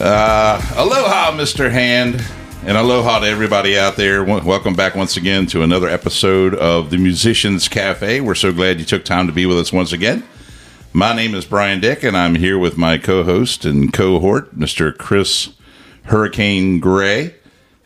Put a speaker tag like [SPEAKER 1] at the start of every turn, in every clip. [SPEAKER 1] Uh, aloha, Mr. Hand, and aloha to everybody out there. W- welcome back once again to another episode of the Musicians Cafe. We're so glad you took time to be with us once again. My name is Brian Dick, and I'm here with my co host and cohort, Mr. Chris Hurricane Gray.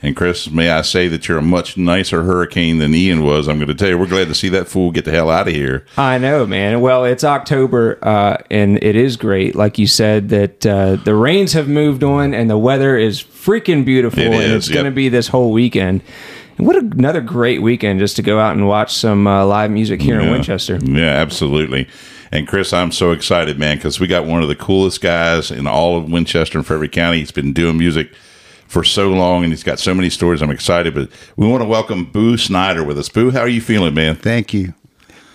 [SPEAKER 1] And Chris, may I say that you're a much nicer hurricane than Ian was? I'm going to tell you, we're glad to see that fool get the hell out of here.
[SPEAKER 2] I know, man. Well, it's October, uh, and it is great. Like you said, that uh, the rains have moved on, and the weather is freaking beautiful.
[SPEAKER 1] It
[SPEAKER 2] and
[SPEAKER 1] is,
[SPEAKER 2] it's going to
[SPEAKER 1] yep.
[SPEAKER 2] be this whole weekend. And what another great weekend just to go out and watch some uh, live music here in
[SPEAKER 1] Yeah.
[SPEAKER 2] Winchester.
[SPEAKER 1] Yeah, absolutely. And Chris, I'm so excited, man, because we got one of the coolest guys in all of Winchester and Frederick County. He's been doing music for so long, and he's got so many stories. I'm excited, but we want to welcome Boo Snyder with us. Boo, how are you feeling, man?
[SPEAKER 3] Thank you.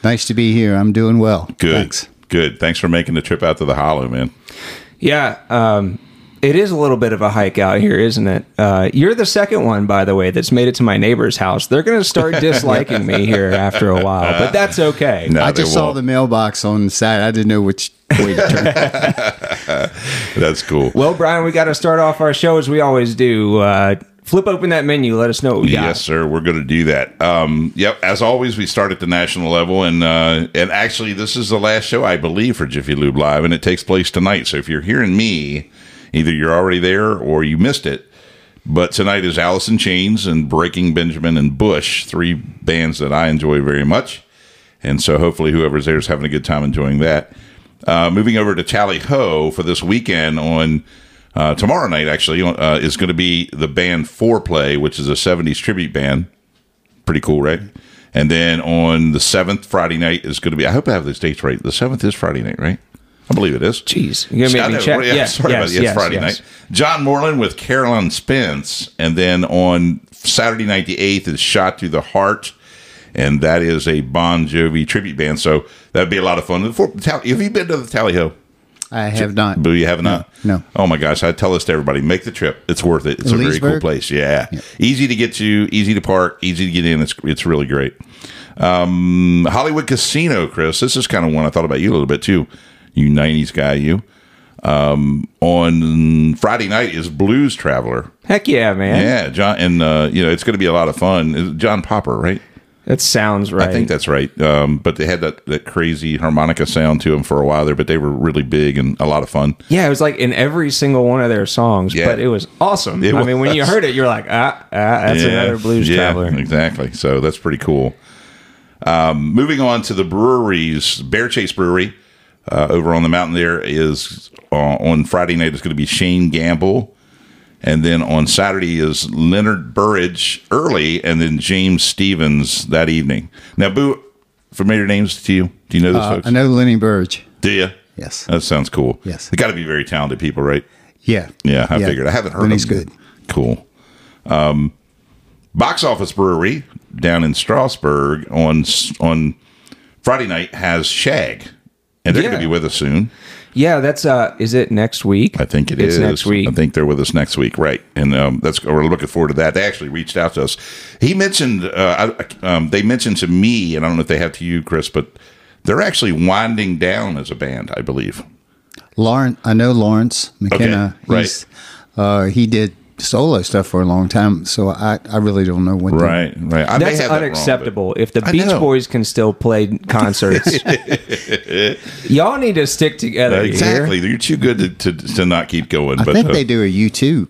[SPEAKER 3] Nice to be here. I'm doing well.
[SPEAKER 1] Good,
[SPEAKER 3] Thanks.
[SPEAKER 1] good. Thanks for making the trip out to the Hollow, man.
[SPEAKER 2] Yeah, um, it is a little bit of a hike out here, isn't it? Uh, you're the second one, by the way, that's made it to my neighbor's house. They're going to start disliking me here after a while, but that's okay.
[SPEAKER 1] No,
[SPEAKER 3] I
[SPEAKER 1] they
[SPEAKER 3] just saw
[SPEAKER 1] won't.
[SPEAKER 3] the mailbox on Saturday. I didn't know which way to turn.
[SPEAKER 1] That's cool.
[SPEAKER 2] Well, Brian, we got to start off our show as we always do. Uh, flip open that menu. Let us know what we got.
[SPEAKER 1] Yes, sir. We're going to do that. Um, yep. As always, we start at the national level, and uh, and actually, this is the last show I believe for Jiffy Lube Live, and it takes place tonight. So if you're hearing me, either you're already there or you missed it. But tonight is Alice in Chains and Breaking Benjamin and Bush, three bands that I enjoy very much. And so hopefully whoever's there is having a good time enjoying that. Uh, moving over to Tally Ho for this weekend on uh, tomorrow night, actually, uh, is going to be the band Foreplay, which is a 70s tribute band. Pretty cool, right? And then on the 7th, Friday night is going to be, I hope I have those dates right. The 7th is Friday night, right? I believe it is.
[SPEAKER 2] Jeez, you're
[SPEAKER 1] I
[SPEAKER 2] gonna make
[SPEAKER 1] know,
[SPEAKER 2] me check.
[SPEAKER 1] yeah,
[SPEAKER 2] yes,
[SPEAKER 1] sorry
[SPEAKER 2] yes,
[SPEAKER 1] about it. Yes,
[SPEAKER 2] yes,
[SPEAKER 1] Friday
[SPEAKER 2] yes.
[SPEAKER 1] night. John Moreland with Carolyn Spence, and then on Saturday night the eighth is Shot Through the Heart, and that is a Bon Jovi tribute band. So that'd be a lot of fun. Before- Tally- Have you been to the Tally Ho?
[SPEAKER 3] I have not.
[SPEAKER 1] Boo, you have not?
[SPEAKER 3] No.
[SPEAKER 1] Oh my gosh, I tell this to everybody. Make the trip. It's worth it. It's a very cool
[SPEAKER 3] Leesburg?
[SPEAKER 1] place. Yeah. Easy to get to, easy to park, easy to get in. It's it's really great. Um, Hollywood Casino, Chris. This is kind of one I thought about you a little bit too. You 90s guy, you. Um, on Friday night is Blues Traveler.
[SPEAKER 2] Heck yeah,
[SPEAKER 3] Oh.
[SPEAKER 2] man.
[SPEAKER 1] Yeah, John, and uh, you know it's going to be a lot of fun. Is it John Popper, right?
[SPEAKER 2] That sounds right.
[SPEAKER 1] I think that's right. Um, but they had that, that crazy harmonica sound to them for a while there, but they were really big and a lot of fun.
[SPEAKER 2] yeah, it was like in every single one of their songs,
[SPEAKER 1] Yeah.
[SPEAKER 2] but it was awesome.
[SPEAKER 1] It
[SPEAKER 2] I mean, when you
[SPEAKER 1] was.
[SPEAKER 2] heard it, you're like, ah, ah that's another blues
[SPEAKER 1] yeah,
[SPEAKER 2] traveler.
[SPEAKER 1] Exactly. So that's pretty cool. Um, moving on to the breweries, Bear Chase Brewery uh, over on the mountain there is uh, on Friday night. It's going to be Shane Gamble, and then on Saturday is Leonard Burridge early, and then James Stevens that evening. Now, Boo, familiar names to you? Do you know those
[SPEAKER 3] Uh,
[SPEAKER 1] folks?
[SPEAKER 3] I know Lenny Burge.
[SPEAKER 1] Do you?
[SPEAKER 3] Yes.
[SPEAKER 1] That sounds cool.
[SPEAKER 3] Yes.
[SPEAKER 1] They got to be very talented people, right?
[SPEAKER 3] Yeah.
[SPEAKER 1] Yeah, I figured. I haven't heard.
[SPEAKER 3] Lenny's
[SPEAKER 1] them.
[SPEAKER 3] good.
[SPEAKER 1] Cool. Um, Box Office Brewery down in Strasbourg on s- on Friday night has Shag, and they're going
[SPEAKER 2] Yeah.
[SPEAKER 1] to be with us soon.
[SPEAKER 2] Yeah, that's uh, is it next week?
[SPEAKER 1] I think it
[SPEAKER 2] it's
[SPEAKER 1] is.
[SPEAKER 2] next week.
[SPEAKER 1] I think they're with us next week, right? And um, that's we're looking forward to that. They actually reached out to us. He mentioned uh, I, um, they mentioned to me, and I don't know if they have to you, Chris, but they're actually winding down as a band, I believe.
[SPEAKER 3] Lawrence. I know Lawrence McKenna.
[SPEAKER 1] right.
[SPEAKER 3] He's- Uh, he did solo stuff for a long time, so I, I really don't know what. the-
[SPEAKER 1] Right, right. I may
[SPEAKER 2] Hmm. That's
[SPEAKER 1] have that wrong, but-
[SPEAKER 2] unacceptable. if the
[SPEAKER 1] I
[SPEAKER 2] Beach
[SPEAKER 1] know.
[SPEAKER 2] Boys can still play concerts, y'all need to stick together. you hear?
[SPEAKER 1] Exactly. You're too good to, to, to not keep going.
[SPEAKER 3] I
[SPEAKER 1] but
[SPEAKER 3] think
[SPEAKER 1] uh,
[SPEAKER 3] they do a U2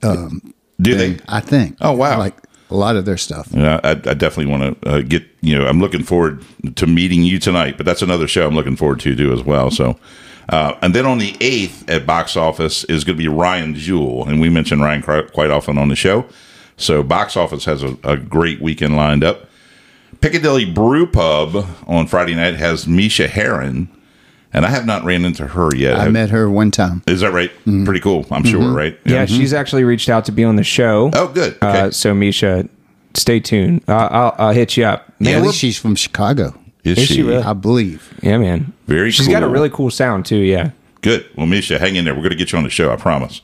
[SPEAKER 1] do
[SPEAKER 3] thing.
[SPEAKER 1] they?
[SPEAKER 3] I think.
[SPEAKER 1] Oh, wow.
[SPEAKER 3] Like a lot of their stuff.
[SPEAKER 1] Yeah, I, I definitely want to uh, get you know. I'm looking forward to meeting you tonight, but that's another show I'm looking forward to too as well. So, uh, and then on the eighth at box office is going to be Ryan Jewell, and we mention Ryan cri- quite often on the show. So, box office has a, a great weekend lined up. Piccadilly Brew Pub on Friday night has Misha Heron, and I have not ran into her yet.
[SPEAKER 3] I Mm-hmm. met her one time.
[SPEAKER 1] Is that right? Pretty cool. I'm sure, right?
[SPEAKER 2] Yeah, she's actually reached out to be on the show.
[SPEAKER 1] Oh, good. Okay.
[SPEAKER 2] Uh, so Misha, stay tuned. Uh, I'll, I'll hit you up. Man,
[SPEAKER 1] Yeah,
[SPEAKER 3] At
[SPEAKER 1] we're-
[SPEAKER 3] least she's from Chicago,
[SPEAKER 2] is she really?
[SPEAKER 3] I believe.
[SPEAKER 2] yeah, man.
[SPEAKER 1] Very
[SPEAKER 2] She's got a
[SPEAKER 1] cool.
[SPEAKER 2] really cool sound too. Yeah.
[SPEAKER 1] Good. Well, Misha, hang in there. We're going to get you on the show, I promise.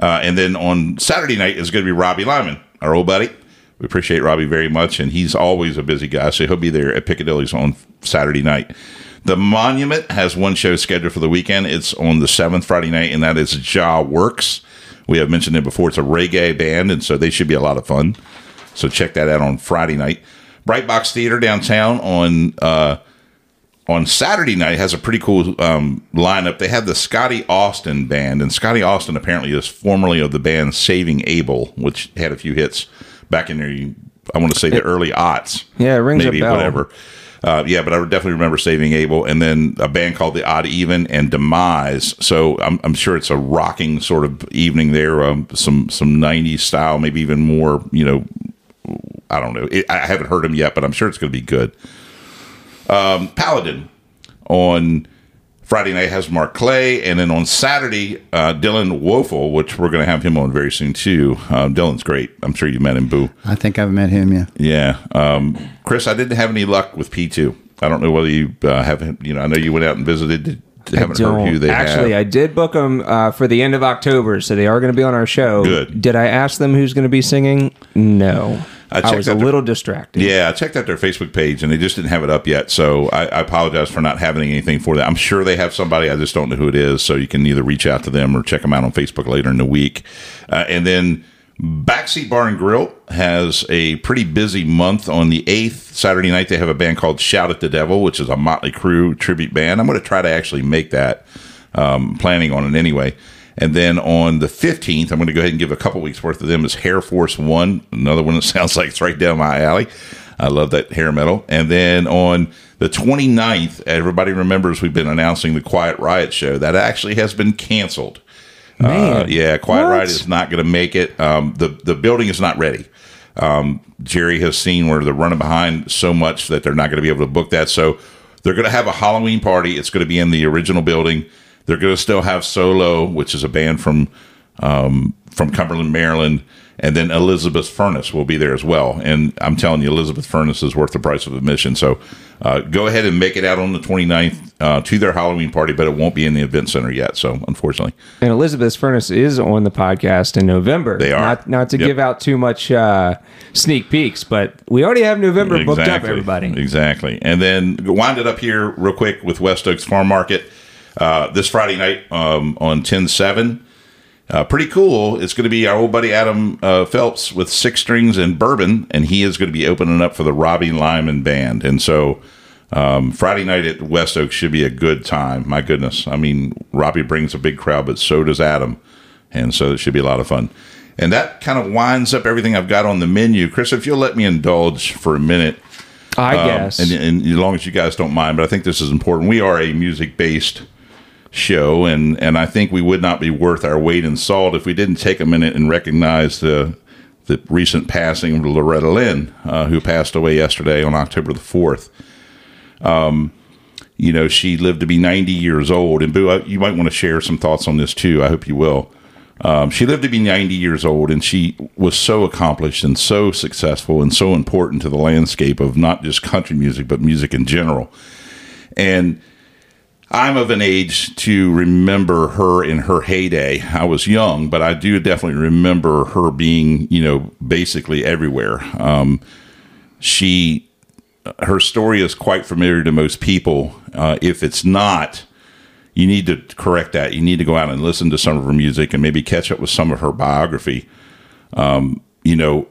[SPEAKER 1] Uh, and then on Saturday night is going to be Robbie Lyman, our old buddy. We appreciate Robbie very much, and he's always a busy guy, so he'll be there at Piccadilly's on Saturday night. The Monument has one show scheduled for the weekend. It's on the seventh Friday night, and that is Ja Works. We have mentioned it before. It's a reggae band, and so they should be a lot of fun. So check that out on Friday night. Bright Box Theater downtown on uh, on Saturday night has a pretty cool um, lineup. They have the Scotty Austin band, and Scotty Austin apparently is formerly of the band Saving Abel, which had a few hits back in the I want to say the early aughts.
[SPEAKER 2] Yeah, it rings a
[SPEAKER 1] maybe
[SPEAKER 2] bell.
[SPEAKER 1] whatever. Uh, yeah, but I would definitely remember Saving Abel, and then a band called the Odd Even and Demise. So I'm, I'm sure it's a rocking sort of evening there. Um, some some '90s style, maybe even more. You know, I don't know. It, I haven't heard them yet, but I'm sure it's going to be good. Um, Paladin on Friday night has Mark Clay, and then on Saturday, uh, Dylan Woeful, which we're going to have him on very soon too. Um, Dylan's great. I'm sure you met him, Boo.
[SPEAKER 3] I think I've met him. Yeah.
[SPEAKER 1] Yeah, um, Chris, I didn't have any luck with P two. I don't know whether you uh, have. You know, I know you went out and visited. Haven't heard who they
[SPEAKER 2] Actually,
[SPEAKER 1] have.
[SPEAKER 2] I did book them uh, for the end of October, so they are going to be on our show.
[SPEAKER 1] Good.
[SPEAKER 2] Did I ask them who's going to be singing? No.
[SPEAKER 1] I
[SPEAKER 2] I,
[SPEAKER 1] checked
[SPEAKER 2] was a
[SPEAKER 1] out the-
[SPEAKER 2] little distracted.
[SPEAKER 1] yeah, I checked out their Facebook page and they just didn't have it up yet. So I, I apologize for not having anything for that. I'm sure they have somebody. I just don't know who it is. So you can either reach out to them or check them out on Facebook later in the week. Uh, and then Backseat Bar and Grill has a pretty busy month. On the 8th, Saturday night, they have a band called Shout at the Devil, which is a Motley Crue tribute band. I'm going to try to actually make that. um, planning on it anyway. And then on the 15th, I'm going to go ahead and give a couple weeks worth of them is Hair Force One, another one that sounds like it's right down my alley. I love that hair metal. And then on the 29th, everybody remembers we've been announcing the Quiet Riot show. That actually has been canceled. Uh, yeah, Quiet
[SPEAKER 2] What?
[SPEAKER 1] Riot is not going to make it. Um, the, the building is not ready. Jerry has seen where they're running behind so much that they're not going to be able to book that. So they're going to have a Halloween party. It's going to be in the original building. They're going to still have Solo, which is a band from um, from Cumberland, Maryland, and then Elizabeth Furnace will be there as well. And I'm telling you, Elizabeth Furnace is worth the price of admission. So uh, go ahead and make it out on the 29th uh, to their Halloween party, but it won't be in the event center yet. So unfortunately,
[SPEAKER 2] And Elizabeth's Furnace is on the podcast in November.
[SPEAKER 1] They are.
[SPEAKER 2] Not, not to
[SPEAKER 1] Yep.
[SPEAKER 2] give out too much uh, sneak peeks, but we already have November booked up, everybody.
[SPEAKER 1] Um, Exactly. And then wind it up here real quick with West Oaks Farm Market uh, this Friday night um, on 10 7. Uh, pretty cool. It's going to be our old buddy Adam uh, Phelps with six strings and bourbon, and he is going to be opening up for the Robbie Lyman Band. And so um, Friday night at West Oaks should be a good time. My goodness. I mean, Robbie brings a big crowd, but so does Adam. And so it should be a lot of fun. And that kind of winds up everything I've got on the menu. Chris, if you'll let me indulge for a minute,
[SPEAKER 2] I
[SPEAKER 1] um,
[SPEAKER 2] guess.
[SPEAKER 1] And, and as long as you guys don't mind, but I think this is important. We are a music based show, and and I think we would not be worth our weight in salt if we didn't take a minute and recognize the the recent passing of Loretta Lynn, uh, who passed away yesterday on October the fourth. Um, you know, she lived to be ninety years old, and Boo, I- you might want to share some thoughts on this too. I hope you will. Um, she lived to be 90 years old, and she was so accomplished and so successful and so important to the landscape of not just country music, but music in general. And I'm of an age to remember her in her heyday. I was young, but I do definitely remember her being, you know, basically everywhere. Um, she, her story is quite familiar to most people. Uh, if it's not, you need to correct that. You need to go out and listen to some of her music and maybe catch up with some of her biography. Um, you know,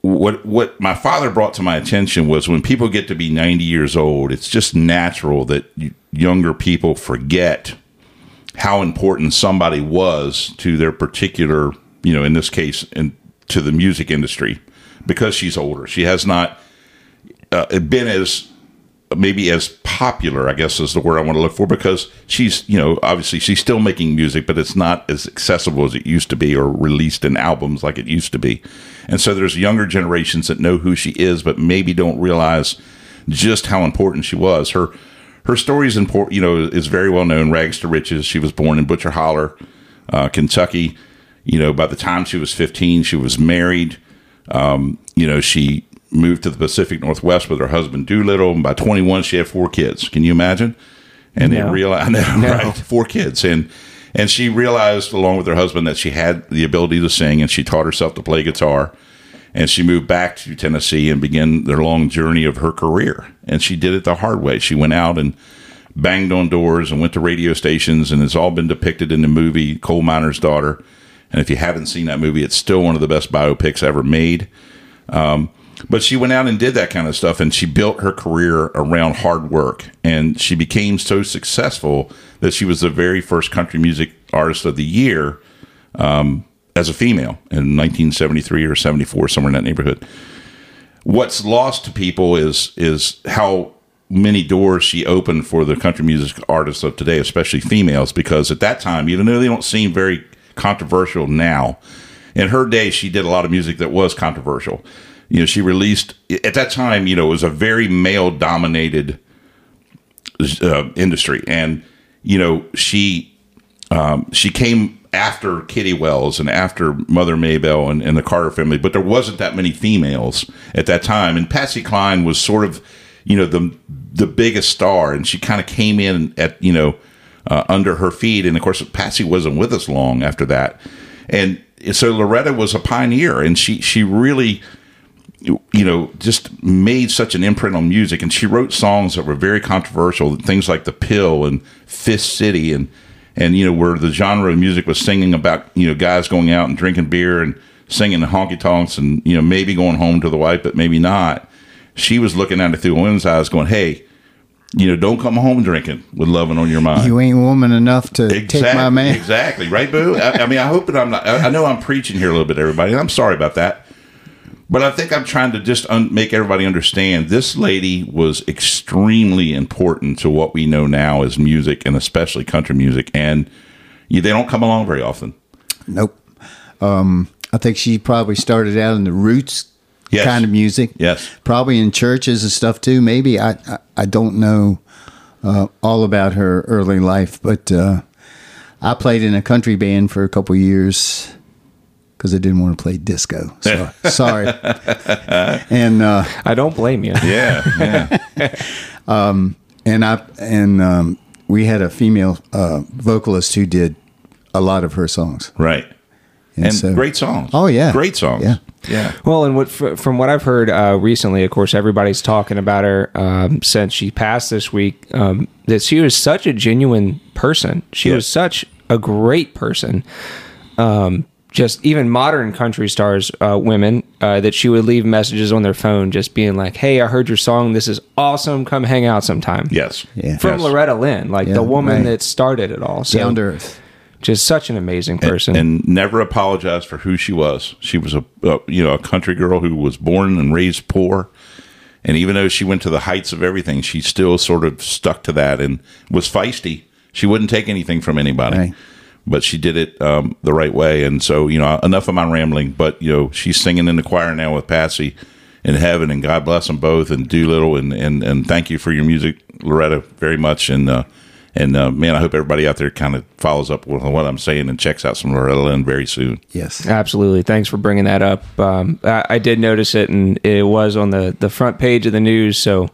[SPEAKER 1] what what my father brought to my attention was when people get to be 90 years old, it's just natural that you, younger people forget how important somebody was to their particular, you know, in this case, in, to the music industry because she's older. She has not uh, been as maybe as popular, I guess is the word I want to look for, because she's, you know, obviously she's still making music, but it's not as accessible as it used to be or released in albums like it used to be. And so there's younger generations that know who she is, but maybe don't realize just how important she was. Her her story is important, you know, is very well known. Rags to riches. She was born in Butcher Holler, uh, Kentucky. You know, by the time she was 15, she was married you know, she moved to the Pacific Northwest with her husband Doolittle, and by 21 she had four kids. Can you imagine? And
[SPEAKER 2] No.
[SPEAKER 1] they realized, I know, right? Four kids, and and she realized along with her husband that she had the ability to sing, and she taught herself to play guitar, and she moved back to Tennessee and began their long journey of her career. And she did it the hard way. She went out and banged on doors and went to radio stations, and it's all been depicted in the movie Coal Miner's Daughter. And if you haven't seen that movie, it's still one of the best biopics ever made. But she went out and did that kind of stuff, and she built her career around hard work. And she became so successful that she was the very first country music artist of the year um, as a female in 1973 or 74, somewhere in that neighborhood. What's lost to people is is how many doors she opened for the country music artists of today, especially females, because at that time, even though they don't seem very controversial now, in her day she did a lot of music that was controversial you know she released at that time you know it was a very male dominated uh, industry and you know she um, she came after kitty wells and after mother maybell and, and the carter family but there wasn't that many females at that time and patsy cline was sort of you know the the biggest star and she kind of came in at you know uh, under her feet and of course patsy wasn't with us long after that and so loretta was a pioneer and she she really you know, just made such an imprint on music. And she wrote songs that were very controversial, things like The Pill and Fifth City, and and you know where the genre of music was singing about you know guys going out and drinking beer and singing honky tonks and you know maybe going home to the wife, but maybe not. She was looking at it through a woman's eyes, going, "Hey, you know, don't come home drinking with loving on your mind."
[SPEAKER 3] You ain't woman enough to take my man.
[SPEAKER 1] Exactly, right, Boo? I, I mean, I hope that I'm not. I, I know I'm preaching here a little bit, everybody, and I'm sorry about that. But I think I'm trying to just un- make everybody understand this lady was extremely important to what we know now as music and especially country music. And you, they don't come along very often.
[SPEAKER 3] Nope. Um, I think she probably started out in the roots
[SPEAKER 1] Yes.
[SPEAKER 3] kind of music.
[SPEAKER 1] Yes.
[SPEAKER 3] Probably in churches and stuff too. Maybe I I, I don't know uh, all about her early life, but uh, I played in a country band for a couple years because I didn't want to play disco. So sorry. and uh,
[SPEAKER 2] I don't blame you.
[SPEAKER 1] Yeah. yeah.
[SPEAKER 3] and I and um, we had a female uh, vocalist who did a lot of her songs.
[SPEAKER 1] right. And
[SPEAKER 3] so-
[SPEAKER 1] great songs.
[SPEAKER 3] Oh, yeah.
[SPEAKER 1] Great songs.
[SPEAKER 3] Yeah.
[SPEAKER 1] Yeah.
[SPEAKER 2] Well, and what fr- from what I've heard uh, recently, of course, everybody's talking about her um, since she passed this week. Um, that she was such a genuine person. She
[SPEAKER 1] Yeah.
[SPEAKER 2] was such a great person. Um, just even modern country stars, uh, women, uh, that she would leave messages on their phone, just being like, "Hey, I heard your song. This is awesome. Come hang out sometime."
[SPEAKER 1] Yes.
[SPEAKER 3] Yeah.
[SPEAKER 2] From
[SPEAKER 1] Yes.
[SPEAKER 2] Loretta Lynn, like the woman
[SPEAKER 3] right.
[SPEAKER 2] that started it all. So
[SPEAKER 3] Down to earth.
[SPEAKER 2] just such an amazing person.
[SPEAKER 1] and never apologized for who she was. She was a, a you know a country girl who was born and raised poor, and even though she went to the heights of everything, she still sort of stuck to that and was feisty. She wouldn't take anything from anybody,
[SPEAKER 3] Right.
[SPEAKER 1] but she did it um, the right way. And so you know enough of my rambling, but you know she's singing in the choir now with Patsy in heaven, and God bless them both, and Doolittle, and and and thank you for your music, Loretta, very much, and. uh and uh, man, I hope everybody out there kind of follows up with what I'm saying and checks out some Loretta Lynn very soon.
[SPEAKER 3] Yes.
[SPEAKER 2] Absolutely. Thanks for bringing that up. Um, I, I did notice it, and it was on the, the front page of the news. So,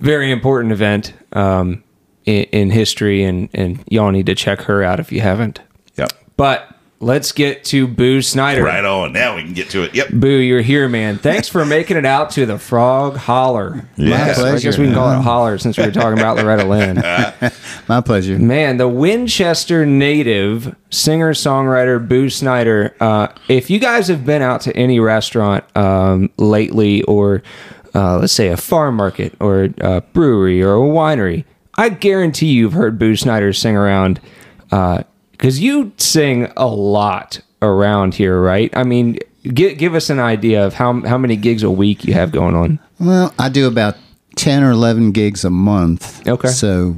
[SPEAKER 2] very important event um, in, in history, and, and y'all need to check her out if you haven't.
[SPEAKER 1] Yep.
[SPEAKER 2] But let's get to Boo Snyder.
[SPEAKER 1] Right on. Now we can get to it.
[SPEAKER 3] Uh,
[SPEAKER 1] Yep.
[SPEAKER 2] Boo, you're here, man. Thanks for making it out to the Frog Holler.
[SPEAKER 1] Yeah.
[SPEAKER 2] I guess- I guess
[SPEAKER 3] pleasure.
[SPEAKER 2] we can call it a holler since we were talking about Loretta Lynn.
[SPEAKER 3] My pleasure.
[SPEAKER 2] Man, the Winchester native singer songwriter Boo Snyder. Uh, if you guys have been out to any restaurant um, lately, or uh, let's say a farm market, or a brewery, or a winery, I guarantee you've heard Boo Snyder sing around because you sing a lot around here, right? I mean, gi- give us an idea of how how many gigs a week you have going on.
[SPEAKER 3] Well, I do about 10 or 11 gigs a month.
[SPEAKER 2] Okay.
[SPEAKER 3] So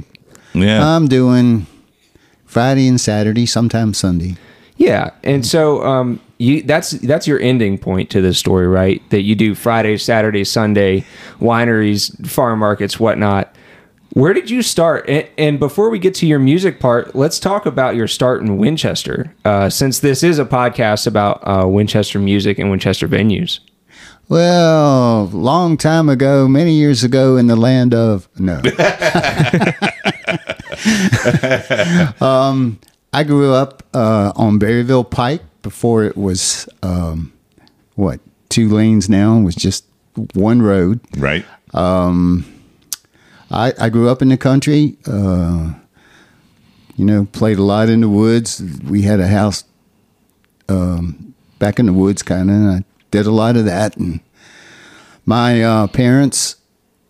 [SPEAKER 1] Yeah.
[SPEAKER 3] I'm doing Friday and Saturday, sometimes Sunday.
[SPEAKER 2] Yeah, and so um, you that's that's your ending point to this story, right? That you do Friday, Saturday, Sunday, wineries, farm markets, whatnot. Where did you start? And, and before we get to your music part, let's talk about your start in Winchester, uh, since this is a podcast about uh, Winchester music and Winchester venues.
[SPEAKER 3] Well, long time ago, many years ago, in the land of no. um, I grew up uh, on Berryville Pike before it was um, what two lanes now. It was just one road.
[SPEAKER 1] Right.
[SPEAKER 3] I, I grew up in the country. Uh, you know, played a lot in the woods. We had a house um, back in the woods, kind of. and I did a lot of that. And my uh, parents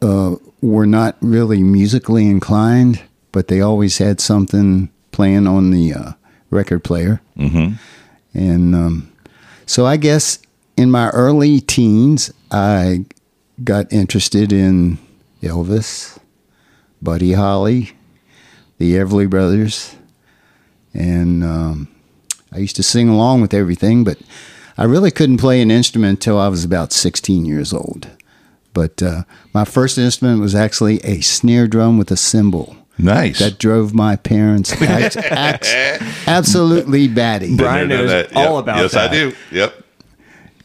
[SPEAKER 3] uh, were not really musically inclined, but they always had something playing on the uh, record player. Mm-hmm. And um, so I guess in my early teens, I got interested in Elvis, Buddy Holly, the Everly Brothers, and um, I used to sing along with everything, but I really couldn't play an instrument until I was about 16 years old. But uh, my first instrument was actually a snare drum with a cymbal.
[SPEAKER 1] Nice.
[SPEAKER 3] That drove my parents ax- ax- absolutely batty.
[SPEAKER 2] Brian
[SPEAKER 1] Didn't know
[SPEAKER 2] knows
[SPEAKER 1] that.
[SPEAKER 2] all
[SPEAKER 1] Yep.
[SPEAKER 2] about
[SPEAKER 1] yes,
[SPEAKER 2] that.
[SPEAKER 1] I do. Yep.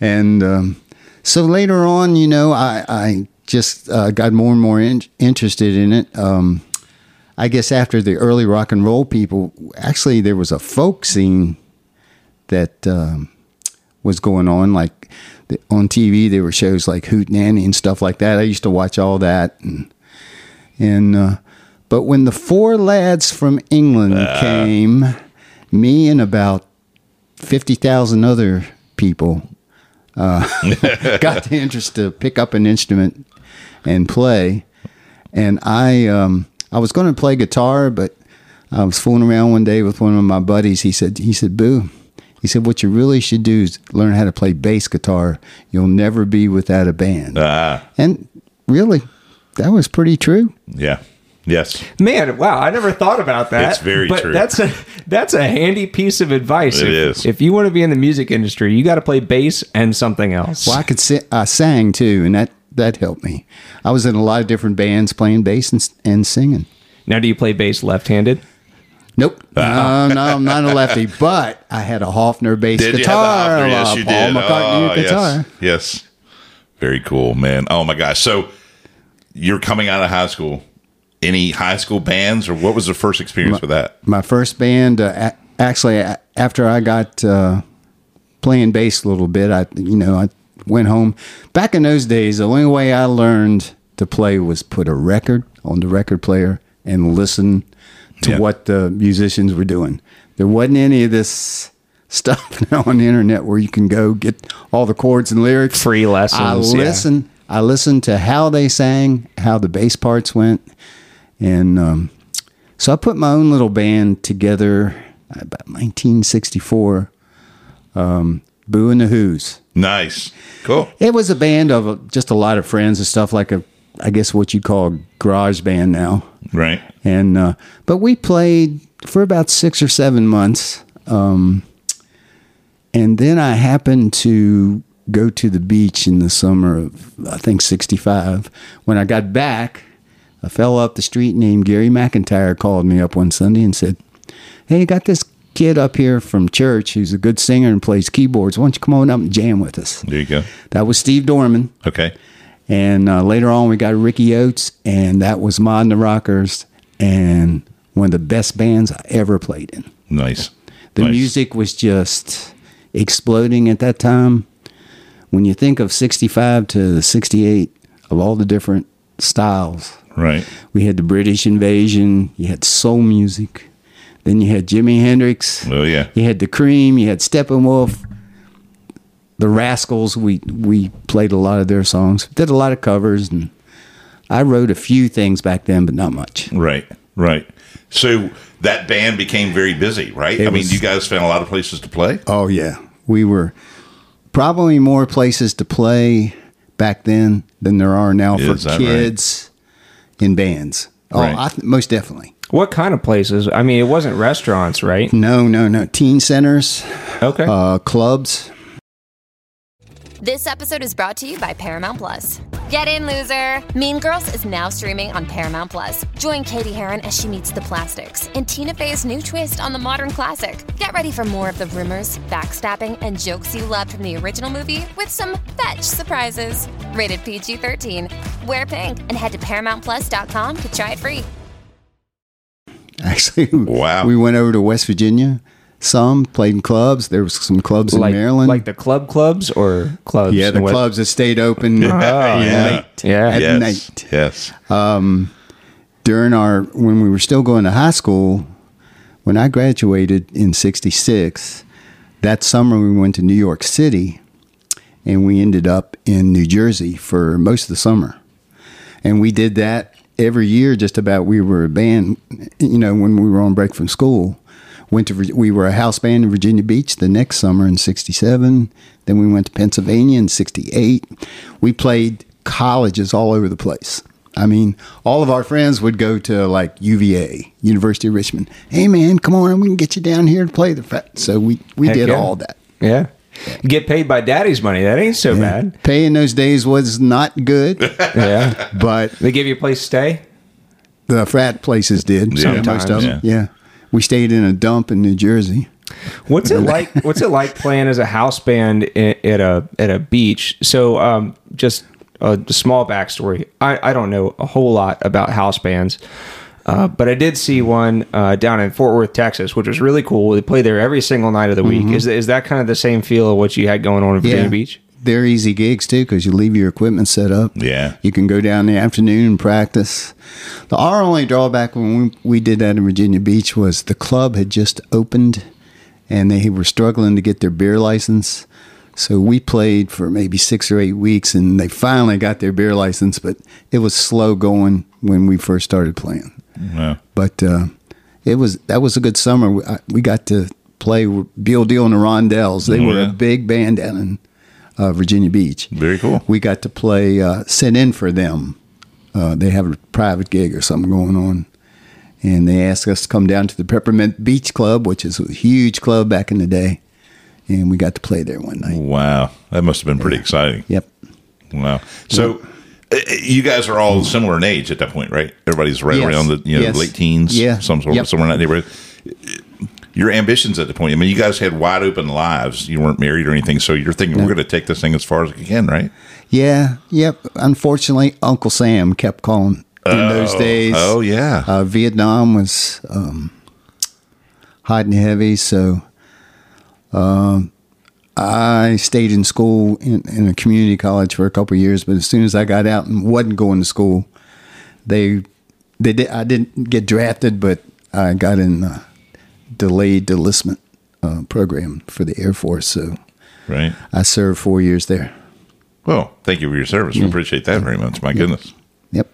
[SPEAKER 3] And um, so later on, you know, I, I just uh, got more and more in- interested in it. Um, I guess after the early rock and roll people, actually, there was a folk scene that um, was going on. Like the, on TV, there were shows like Hoot Nanny and stuff like that. I used to watch all that. And, and uh, but when the four lads from England came, me and about fifty thousand other people uh, got the interest to pick up an instrument and play. And I, um, I was going to play guitar, but I was fooling around one day with one of my buddies. He said, he said, Boo, he said, what you really should do is learn how to play bass guitar. You'll never be without a band.
[SPEAKER 1] Ah.
[SPEAKER 3] and really, that was pretty true.
[SPEAKER 1] yeah. Yes.
[SPEAKER 2] Man, wow! I never thought about that.
[SPEAKER 1] It's very
[SPEAKER 2] but
[SPEAKER 1] true.
[SPEAKER 2] That's a that's a handy piece of advice.
[SPEAKER 1] It
[SPEAKER 2] if,
[SPEAKER 1] is.
[SPEAKER 2] if you want to be in the music industry, you got to play bass and something else.
[SPEAKER 3] Well, I could si- I sang too, and that that helped me. I was in a lot of different bands playing bass and, s- and singing.
[SPEAKER 2] Now, do you play bass left-handed?
[SPEAKER 3] Nope. No, no, I'm not a lefty, but I had a Hoffner bass
[SPEAKER 1] Did
[SPEAKER 3] guitar.
[SPEAKER 1] you have a Hofner? Yes,
[SPEAKER 3] a
[SPEAKER 1] you
[SPEAKER 3] Paul
[SPEAKER 1] did.
[SPEAKER 3] McCartney
[SPEAKER 1] Oh,
[SPEAKER 3] guitar.
[SPEAKER 1] Yes. yes. Very cool, man. Oh my gosh. So you're coming out of high school. Any high school bands, or what was the first experience with that?
[SPEAKER 3] My first band, uh, a- actually, a- after I got uh, playing bass a little bit, I you know I went home. Back in those days, the only way I learned to play was put a record on the record player and listen to
[SPEAKER 1] Yeah.
[SPEAKER 3] what the musicians were doing. There wasn't any of this stuff now on the internet where you can go get all the chords and lyrics.
[SPEAKER 2] Free lessons.
[SPEAKER 3] I
[SPEAKER 2] yeah.
[SPEAKER 3] listened. I listened to how they sang, how the bass parts went, and um, so I put my own little band together uh, about 1964. Um, Boo and the Who's.
[SPEAKER 1] Nice. Cool.
[SPEAKER 3] It was a band of uh, just a lot of friends and stuff like a, I guess what you call a garage band now.
[SPEAKER 1] Right.
[SPEAKER 3] And uh, but we played for about six or seven months, um, and then I happened to go to the beach in the summer of I think '65. When I got back, a fellow up the street named Gary McIntyre called me up one Sunday and said, "Hey, you got this kid up here from church who's a good singer and plays keyboards. Why don't you come on up and jam with us?"
[SPEAKER 1] There you go.
[SPEAKER 3] That was Steve Dorman.
[SPEAKER 1] Okay.
[SPEAKER 3] And uh, later on, we got Ricky Oates, and that was Mod and the Rockers, and one of the best bands I ever played in.
[SPEAKER 1] Nice.
[SPEAKER 3] The
[SPEAKER 1] Nice.
[SPEAKER 3] music was just exploding at that time. When you think of 65 to 68, of all the different styles,
[SPEAKER 1] Right.
[SPEAKER 3] we had the British invasion, you had soul music, then you had Jimi Hendrix.
[SPEAKER 1] Oh yeah.
[SPEAKER 3] You had the Cream. You had Steppenwolf. The Rascals. We we played a lot of their songs. Did a lot of covers, and I wrote a few things back then, but not much.
[SPEAKER 1] Right. Right. So that band became very busy, right? I mean,
[SPEAKER 3] was-
[SPEAKER 1] you guys found a lot of places to play.
[SPEAKER 3] Oh yeah, we were probably more places to play back then than there are now
[SPEAKER 1] Is
[SPEAKER 3] for
[SPEAKER 1] that
[SPEAKER 3] kids in bands. Oh,
[SPEAKER 1] Right.
[SPEAKER 3] I th- most definitely.
[SPEAKER 2] What kind of places? I mean, it wasn't restaurants, right?
[SPEAKER 3] No, no, no. Teen centers,
[SPEAKER 2] Okay.
[SPEAKER 3] uh, clubs.
[SPEAKER 4] This episode is brought to you by Paramount Plus. Get in, loser! Mean Girls is now streaming on Paramount Plus. Join Katie Heron as she meets the plastics and Tina Fey's new twist on the modern classic. Get ready for more of the rumors, backstabbing, and jokes you loved from the original movie with some fetch surprises. Rated PG 13. Wear pink and head to ParamountPlus.com to try it free.
[SPEAKER 3] Actually,
[SPEAKER 1] Wow.
[SPEAKER 3] we went over to West Virginia Some played in clubs. There was some clubs
[SPEAKER 2] like,
[SPEAKER 3] in Maryland.
[SPEAKER 2] like the club clubs or clubs?
[SPEAKER 3] yeah, the
[SPEAKER 2] with-
[SPEAKER 3] clubs that stayed open at
[SPEAKER 1] yeah.
[SPEAKER 3] night.
[SPEAKER 2] Yeah.
[SPEAKER 3] At
[SPEAKER 1] yes.
[SPEAKER 3] night.
[SPEAKER 1] Yes.
[SPEAKER 3] during our when we were still going to high school when i graduated in 66 that summer we went to new york city and we ended up in new jersey for most of the summer and we did that every year just about we were a band you know when we were on break from school went to Vir- we were a house band in virginia beach the next summer in 67 then we went to pennsylvania in 68 we played colleges all over the place i mean all of our friends would go to like uva university of richmond hey man come on we can get you down here to play the frat so we we
[SPEAKER 2] Heck
[SPEAKER 3] did
[SPEAKER 2] yeah.
[SPEAKER 3] all that
[SPEAKER 2] Yeah. Get paid by daddy's money. That ain't so bad.
[SPEAKER 3] pay in those days was not good
[SPEAKER 2] Yeah.
[SPEAKER 3] but
[SPEAKER 2] they give you a place to stay?
[SPEAKER 3] the frat places did
[SPEAKER 1] Yeah.
[SPEAKER 3] most of them.
[SPEAKER 1] Sometimes, yeah.
[SPEAKER 3] Yeah. we stayed in a dump in New Jersey.
[SPEAKER 2] What's it like? What's it like playing as a house band i- at a at a beach? So, um, just a small backstory. I, I don't know a whole lot about house bands, uh, but I did see one uh, down in Fort Worth, Texas, which was really cool. They play there every single night of the
[SPEAKER 3] Mm-hmm.
[SPEAKER 2] week. Is is that kind of the same feel of what you had going on in Virginia Beach?
[SPEAKER 3] they're easy gigs too because you leave your equipment set up.
[SPEAKER 1] Yeah.
[SPEAKER 3] you can go down in the afternoon and practice. The, our only drawback when we, we did that in Virginia Beach was the club had just opened, and they were struggling to get their beer license. So we played for maybe six or eight weeks, and they finally got their beer license. But it was slow going when we first started playing.
[SPEAKER 1] Well,
[SPEAKER 3] but uh, it was that was a good summer. We, I, we got to play Bill Deal and the Rondells. They were
[SPEAKER 1] Oh, Yeah.
[SPEAKER 3] a big band down in uh, Virginia Beach.
[SPEAKER 1] Very cool.
[SPEAKER 3] We got to play uh, set in for them. Uh, they have a private gig or something going on, and they asked us to come down to the Peppermint Beach Club, which is a huge club back in the day, and we got to play there one night.
[SPEAKER 1] wow. That must have been pretty exciting.
[SPEAKER 3] Yep.
[SPEAKER 1] Wow. So uh, you guys are all similar in age at that point, right? Everybody's right
[SPEAKER 3] Yes.
[SPEAKER 1] around the you know,
[SPEAKER 3] Yes.
[SPEAKER 1] late teens,
[SPEAKER 3] Yeah.
[SPEAKER 1] some sort
[SPEAKER 3] Yep.
[SPEAKER 1] somewhere in that neighborhood. Your ambitions at the point. I mean, you guys had wide open lives. You weren't married or anything, so you're thinking we're going to take this thing as far as we can, right?
[SPEAKER 3] Yeah. Yep. Unfortunately, Uncle Sam kept calling in those days.
[SPEAKER 1] Oh yeah.
[SPEAKER 3] Uh, Vietnam was um, hot and heavy, so um, I stayed in school in, in a community college for a couple of years. But as soon as I got out and wasn't going to school, they they did, I didn't get drafted, but I got in a delayed enlistment uh, program for the Air Force, so
[SPEAKER 1] right.
[SPEAKER 3] I served four years there.
[SPEAKER 1] Well, thank you for your service. We appreciate that very much. My goodness.
[SPEAKER 3] Yep.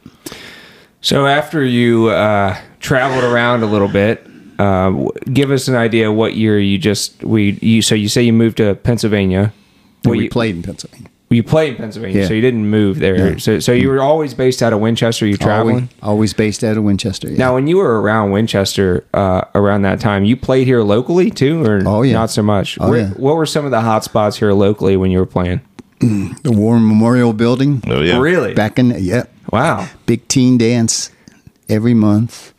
[SPEAKER 2] So after you uh, traveled around a little bit, uh, w- give us an idea what year you just we you so you say you moved to Pennsylvania. What
[SPEAKER 3] we
[SPEAKER 2] you-
[SPEAKER 3] played in Pennsylvania.
[SPEAKER 2] you played in Pennsylvania,
[SPEAKER 3] Yeah.
[SPEAKER 2] so you didn't move there.
[SPEAKER 3] No.
[SPEAKER 2] So so you were always based out of Winchester. You traveling
[SPEAKER 3] Always, always based out of Winchester. yeah.
[SPEAKER 2] now when you were around Winchester uh, around that time, you played here locally too, or
[SPEAKER 3] Oh, yeah.
[SPEAKER 2] not so much.
[SPEAKER 3] Oh,
[SPEAKER 2] Where-
[SPEAKER 3] yeah.
[SPEAKER 2] What were some of the hot spots here locally when you were playing?
[SPEAKER 3] the War Memorial Building.
[SPEAKER 1] Oh yeah.
[SPEAKER 2] Really?
[SPEAKER 3] Back in, yep.
[SPEAKER 2] wow.
[SPEAKER 3] big teen dance every month.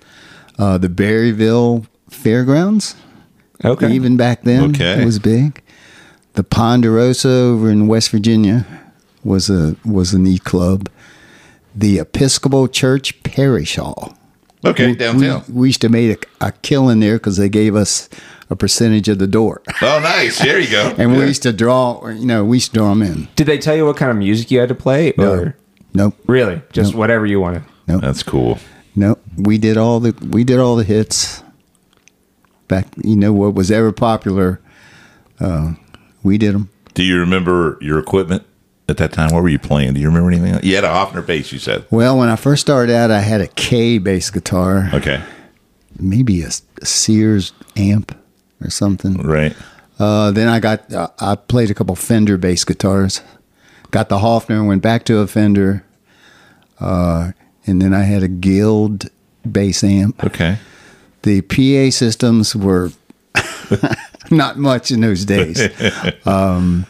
[SPEAKER 3] Uh, the Berryville Fairgrounds,
[SPEAKER 2] Okay.
[SPEAKER 3] even back then,
[SPEAKER 1] Okay.
[SPEAKER 3] was big. The Ponderosa over in West Virginia was a was a neat club. The Episcopal Church Parish Hall.
[SPEAKER 1] Okay,
[SPEAKER 3] We,
[SPEAKER 1] downtown.
[SPEAKER 3] we used to make a, a killing there because they gave us a percentage of the door,
[SPEAKER 1] oh, nice. There you go.
[SPEAKER 3] and
[SPEAKER 1] Yeah.
[SPEAKER 3] we used to draw. You know, we used to draw them in.
[SPEAKER 2] Did they tell you what kind of music you had to play? Or
[SPEAKER 3] Nope,
[SPEAKER 2] really, just whatever you wanted.
[SPEAKER 1] That's cool.
[SPEAKER 3] nope. We did all the we did all the hits. Back, you know what was ever popular. uh, We did them.
[SPEAKER 1] Do you remember your equipment at that time? What were you playing? Do you remember anything? You had a Hoffner bass, you said.
[SPEAKER 3] Well, when I first started out, I had a K bass guitar,
[SPEAKER 1] Okay.
[SPEAKER 3] maybe a, Sears amp or something.
[SPEAKER 1] Right.
[SPEAKER 3] Uh, then I got uh, I played a couple Fender bass guitars, got the Hofner, went back to a Fender, uh, and then I had a Guild bass amp.
[SPEAKER 1] Okay.
[SPEAKER 3] The PA systems were not much in those days. um,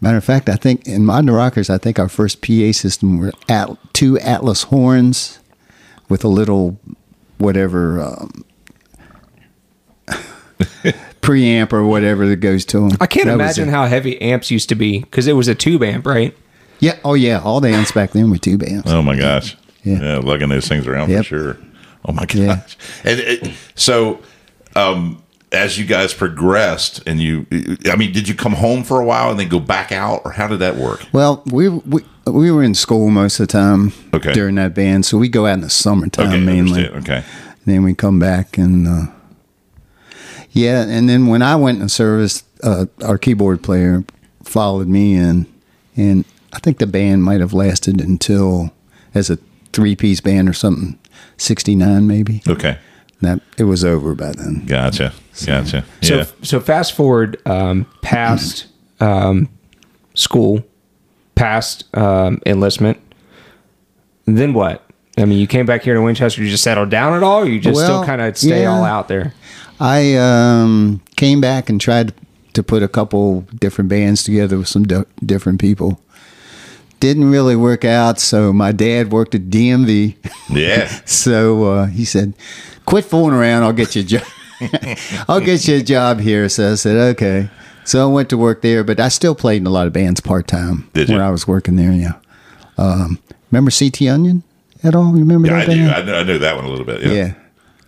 [SPEAKER 3] matter of fact, I think in Modern Rockers, I think our first PA system were at, two Atlas horns with a little whatever um, preamp or whatever that goes to them.
[SPEAKER 2] I can't
[SPEAKER 3] That was
[SPEAKER 2] imagine
[SPEAKER 3] it.
[SPEAKER 2] how heavy amps used to be because it was a tube amp, right?
[SPEAKER 3] Yeah. Oh, yeah. All the amps back then were two amps.
[SPEAKER 1] Oh my gosh. Yeah.
[SPEAKER 3] Yeah.
[SPEAKER 1] lugging those things around
[SPEAKER 3] Yep.
[SPEAKER 1] for sure. Oh my
[SPEAKER 3] Yeah.
[SPEAKER 1] gosh. And it, so um as you guys progressed and you i mean did you come home for a while and then go back out or how did that work
[SPEAKER 3] Well, we, we we were in school most of the time
[SPEAKER 1] Okay.
[SPEAKER 3] during that band, so we go out in the summertime
[SPEAKER 1] okay
[SPEAKER 3] Uh, mainly.
[SPEAKER 1] understand. okay
[SPEAKER 3] And then we come back and uh, yeah, and then when I went in service, uh, our keyboard player followed me in, and I think the band might have lasted until as a three piece band or something, sixty nine maybe.
[SPEAKER 1] okay
[SPEAKER 3] That it was over by then.
[SPEAKER 1] gotcha gotcha
[SPEAKER 2] So
[SPEAKER 1] yeah
[SPEAKER 2] so fast forward um, past um, school, past um, enlistment. Then what? I mean, you came back here to Winchester. You just settled down at all? Or you just still
[SPEAKER 3] Well,
[SPEAKER 2] kind of stay
[SPEAKER 3] yeah.
[SPEAKER 2] all out there?
[SPEAKER 3] I um, came back and tried to put a couple different bands together with some di- different people. Didn't really work out, so my dad worked at DMV.
[SPEAKER 1] yeah
[SPEAKER 3] So uh, he said, "Quit fooling around. I'll get you a job. I'll get you a job here." So I said, "Okay." So I went to work there, but I still played in a lot of bands part time
[SPEAKER 1] Did
[SPEAKER 3] when
[SPEAKER 1] you?
[SPEAKER 3] I was working there. Yeah. Um, remember CT Onion at all? You Remember
[SPEAKER 1] yeah i
[SPEAKER 3] that
[SPEAKER 1] do
[SPEAKER 3] band?
[SPEAKER 1] i know, I know that one a little bit yeah.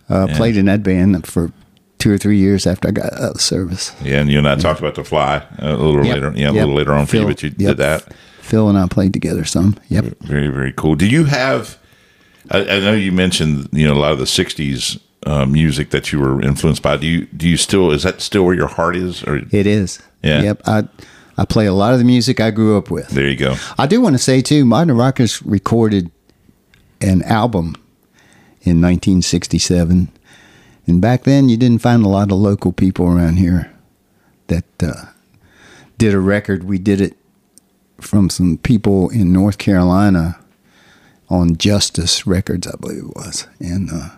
[SPEAKER 3] Yeah. Uh, Played in that band for two or three years after I got out of service.
[SPEAKER 1] Yeah, and you and i talked about the fly a little
[SPEAKER 3] Yep.
[SPEAKER 1] later yeah a
[SPEAKER 3] Yep.
[SPEAKER 1] little later on for you
[SPEAKER 3] Phil-
[SPEAKER 1] but you
[SPEAKER 3] yep.
[SPEAKER 1] did that
[SPEAKER 3] Phil and I played together some. Yep.
[SPEAKER 1] very very cool do you have I, I know you mentioned you know a lot of the 60s uh, music that you were influenced by do you do you still is that still where your heart is or
[SPEAKER 3] It is.
[SPEAKER 1] Yeah.
[SPEAKER 3] Yep. I I play a lot of the music I grew up with.
[SPEAKER 1] there you go
[SPEAKER 3] I do want to say too, Modern Rockers recorded an album in 1967, and back then you didn't find a lot of local people around here that uh, did a record. We did it from some people in North Carolina on Justice Records, I believe it was, and uh,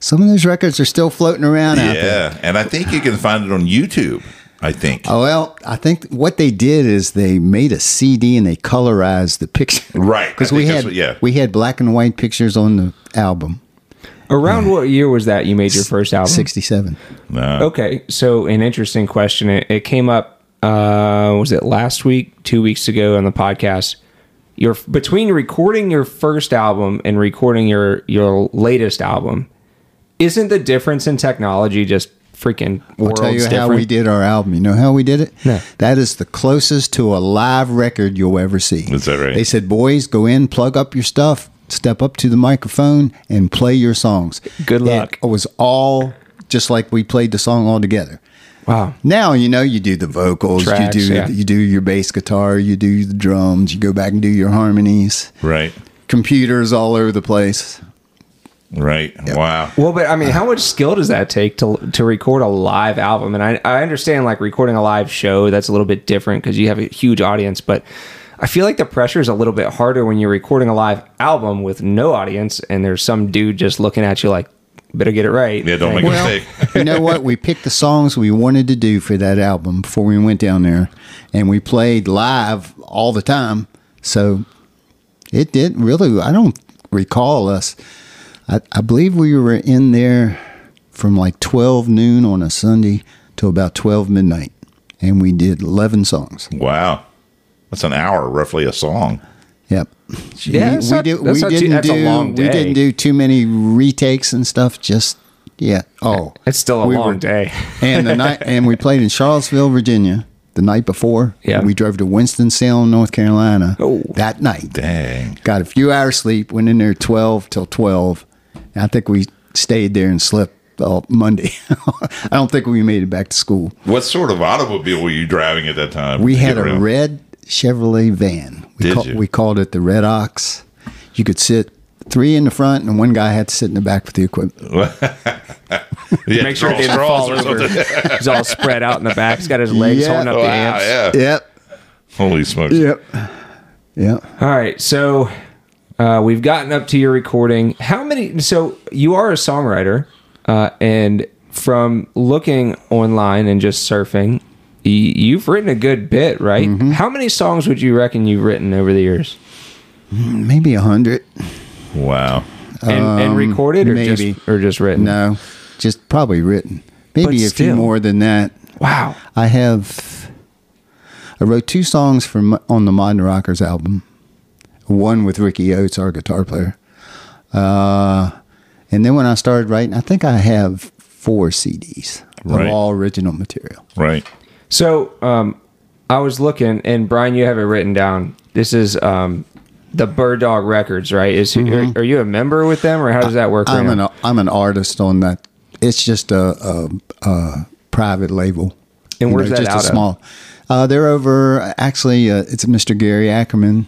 [SPEAKER 3] some of those records are still floating around out there.
[SPEAKER 1] yeah and i think you can find it on youtube i think
[SPEAKER 3] Oh, well, I think what they did is they made a CD and they colorized the picture.
[SPEAKER 1] Right. I
[SPEAKER 3] Because
[SPEAKER 1] think
[SPEAKER 3] we
[SPEAKER 1] that's
[SPEAKER 3] had
[SPEAKER 1] what- yeah.
[SPEAKER 3] we had black and white pictures on the album.
[SPEAKER 2] Around what year was that you made your first album?
[SPEAKER 3] Sixty seven.
[SPEAKER 1] No.
[SPEAKER 2] Okay, so an interesting question. It, it came up. Uh, was it last week? Two weeks ago on the podcast. Your between recording your first album and recording your your latest album, isn't the difference in technology just freaking
[SPEAKER 3] I'll
[SPEAKER 2] worlds
[SPEAKER 3] tell you
[SPEAKER 2] different?
[SPEAKER 3] how we did our album. You know how we did it?
[SPEAKER 2] No.
[SPEAKER 3] That is the closest to a live record you'll ever see.
[SPEAKER 1] Is that right?
[SPEAKER 3] They said, boys, go in, plug up your stuff, step up to the microphone, and play your songs.
[SPEAKER 2] Good luck.
[SPEAKER 3] It was all just like we played the song all together.
[SPEAKER 2] Wow.
[SPEAKER 3] Now you know you do the vocals,
[SPEAKER 2] Tracks,
[SPEAKER 3] you do
[SPEAKER 2] yeah.
[SPEAKER 3] you do your bass guitar, you do the drums, you go back and do your harmonies.
[SPEAKER 1] Right.
[SPEAKER 3] Computers all over the place.
[SPEAKER 1] Right. Wow.
[SPEAKER 2] Well, but I mean, how much skill does that take to to record a live album? And I I understand like recording a live show that's a little bit different because you have a huge audience, but I feel like the pressure is a little bit harder when you're recording a live album with no audience and there's some dude just looking at you like, better get it right.
[SPEAKER 1] Yeah, don't
[SPEAKER 2] Like,
[SPEAKER 1] make a
[SPEAKER 3] Well,
[SPEAKER 1] mistake.
[SPEAKER 3] you know what? We picked the songs we wanted to do for that album before we went down there, and we played live all the time. So it did really. I don't recall us. I, I believe we were in there from like twelve noon on a Sunday to about twelve midnight, and we did eleven songs.
[SPEAKER 1] Wow. That's an hour, roughly a song.
[SPEAKER 3] Yep.
[SPEAKER 2] Yeah, that's not-
[SPEAKER 3] did-
[SPEAKER 2] that's not too- that's a long
[SPEAKER 3] We didn't
[SPEAKER 2] day.
[SPEAKER 3] do too many retakes and stuff. Just yeah. Oh,
[SPEAKER 2] It's still a
[SPEAKER 3] We
[SPEAKER 2] long
[SPEAKER 3] were-
[SPEAKER 2] day.
[SPEAKER 3] and the night and we played in Charlottesville, Virginia. The night before,
[SPEAKER 2] Yeah.
[SPEAKER 3] we drove to Winston Salem, North Carolina.
[SPEAKER 2] Oh.
[SPEAKER 3] that night,
[SPEAKER 1] Dang.
[SPEAKER 3] got a few hours sleep. Went in there twelve till twelve. And I think we stayed there and slept all Monday. I don't think we made it back to school.
[SPEAKER 1] What sort of automobile were you driving at that time?
[SPEAKER 3] We
[SPEAKER 1] to
[SPEAKER 3] had
[SPEAKER 1] get
[SPEAKER 3] a
[SPEAKER 1] around?
[SPEAKER 3] red Chevrolet van. We,
[SPEAKER 1] Did
[SPEAKER 3] call-
[SPEAKER 1] you?
[SPEAKER 3] we called it the Red Ox. You could sit three in the front, and one guy had to sit in the back with the equipment.
[SPEAKER 1] Yeah,
[SPEAKER 2] Make sure
[SPEAKER 1] draw
[SPEAKER 2] it didn't
[SPEAKER 1] straws
[SPEAKER 2] fall
[SPEAKER 1] or
[SPEAKER 2] over.
[SPEAKER 1] something.
[SPEAKER 2] He's all spread out in the back. He's got his legs
[SPEAKER 3] Yeah.
[SPEAKER 2] holding up
[SPEAKER 1] wow.
[SPEAKER 2] the amps.
[SPEAKER 1] Yeah.
[SPEAKER 3] Yep.
[SPEAKER 1] Holy smokes.
[SPEAKER 3] Yep. Yep.
[SPEAKER 2] All right, so uh, we've gotten up to your recording. How many? So you are a songwriter, uh, and from looking online and just surfing, y- you've written a good bit, right?
[SPEAKER 3] Mm-hmm.
[SPEAKER 2] How many songs would you reckon you've written over the years
[SPEAKER 3] Maybe a hundred.
[SPEAKER 1] Wow.
[SPEAKER 2] and, and recorded, or
[SPEAKER 3] Um, maybe.
[SPEAKER 2] just or just written?
[SPEAKER 3] No, just probably written.
[SPEAKER 2] But
[SPEAKER 3] Maybe a few
[SPEAKER 2] still.
[SPEAKER 3] more than that.
[SPEAKER 2] Wow.
[SPEAKER 3] I have. I wrote two songs for mo- on the Modern Rockers album. One with Ricky Oates, our guitar player. Uh, and then when I started writing, I think I have four CDs.
[SPEAKER 1] Right.
[SPEAKER 3] of all original material.
[SPEAKER 1] Right.
[SPEAKER 2] So um, I was looking, and Brian, you have it written down. This is um, the Bird Dog Records, right? Is are, are you a member with them, or how does that work?
[SPEAKER 3] Mm-hmm. I'm
[SPEAKER 2] right
[SPEAKER 3] an
[SPEAKER 2] now?
[SPEAKER 3] I'm an artist on that. It's just a, a, a private label.
[SPEAKER 2] And
[SPEAKER 3] You
[SPEAKER 2] where's that
[SPEAKER 3] just
[SPEAKER 2] out
[SPEAKER 3] a
[SPEAKER 2] of?
[SPEAKER 3] small. Uh, they're over. Actually, uh, it's Mr. Gary Ackerman.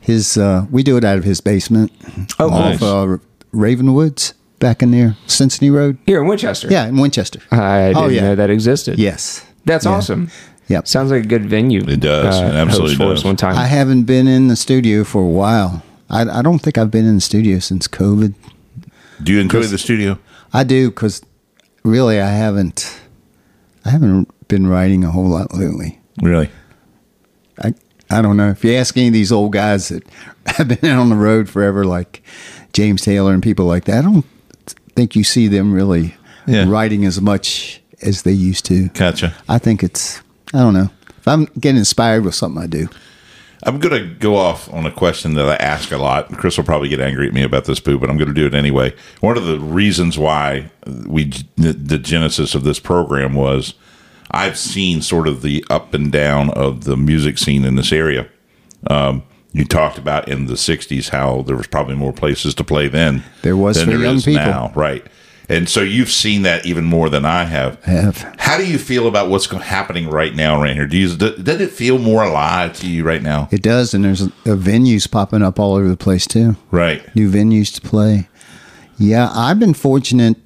[SPEAKER 3] His uh, we do it out of his basement.
[SPEAKER 2] Oh,
[SPEAKER 3] off,
[SPEAKER 1] nice.
[SPEAKER 3] uh, Ravenwoods back in there, Cincinnati Road.
[SPEAKER 2] Here in Winchester.
[SPEAKER 3] Yeah, in Winchester.
[SPEAKER 2] I didn't
[SPEAKER 3] Oh, yeah.
[SPEAKER 2] know that existed.
[SPEAKER 3] Yes.
[SPEAKER 2] That's
[SPEAKER 3] Yeah.
[SPEAKER 2] awesome.
[SPEAKER 3] Yep.
[SPEAKER 2] Sounds like a good venue. Uh,
[SPEAKER 1] It does. It absolutely
[SPEAKER 2] host for us
[SPEAKER 1] does.
[SPEAKER 2] One time.
[SPEAKER 3] I haven't been in the studio for a while. I, I don't think I've been in the studio since COVID.
[SPEAKER 1] Do you enjoy the studio?
[SPEAKER 3] I do because really I haven't. I haven't been writing a whole lot lately.
[SPEAKER 1] Really?
[SPEAKER 3] I I don't know if you ask any of these old guys that have been out on the road forever, like James Taylor and people like that. I don't think you see them really
[SPEAKER 1] Yeah.
[SPEAKER 3] writing as much as they used to.
[SPEAKER 1] Gotcha.
[SPEAKER 3] I think it's I don't know. If I'm getting inspired with something, I do.
[SPEAKER 1] I'm going to go off on a question that I ask a lot. Chris will probably get angry at me about this, boo, but I'm going to do it anyway. One of the reasons why we the- the genesis of this program was I've seen sort of the up and down of the music scene in this area. Um, you talked about in the '60s how there was probably more places to play then.
[SPEAKER 3] There was
[SPEAKER 1] than
[SPEAKER 3] for
[SPEAKER 1] there
[SPEAKER 3] young
[SPEAKER 1] is
[SPEAKER 3] people.
[SPEAKER 1] now, right? And so you've seen that even more than I have.
[SPEAKER 3] I have.
[SPEAKER 1] How do you feel about what's go- happening right now around here? Do you do- does it feel more alive to you right now?
[SPEAKER 3] It does, and there's uh, venues popping up all over the place too.
[SPEAKER 1] Right.
[SPEAKER 3] New venues to play. Yeah, I've been fortunate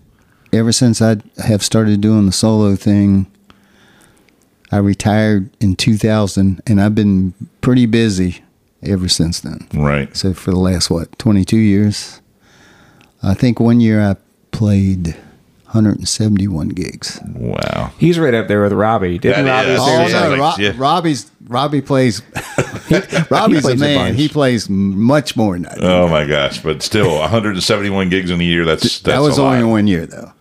[SPEAKER 3] ever since I have started doing the solo thing. I retired in 2000, and I've been pretty busy ever since then.
[SPEAKER 1] Right.
[SPEAKER 3] So for the last what 22 years, I think one year I played 171 gigs.
[SPEAKER 1] Wow.
[SPEAKER 2] He's right up there with Robbie. Didn't
[SPEAKER 1] That
[SPEAKER 2] Robbie?
[SPEAKER 1] is-
[SPEAKER 2] say
[SPEAKER 3] Oh
[SPEAKER 1] Yeah,
[SPEAKER 3] no,
[SPEAKER 1] like,
[SPEAKER 3] Ro-
[SPEAKER 1] yeah.
[SPEAKER 3] Robbie's Robbie plays. Robbie's
[SPEAKER 2] plays a
[SPEAKER 3] a man.
[SPEAKER 2] bunch.
[SPEAKER 3] He plays much more than I do.
[SPEAKER 1] Oh my gosh! But still, 171 gigs in a year. That's that's
[SPEAKER 3] that was
[SPEAKER 1] a lot.
[SPEAKER 3] only one year though.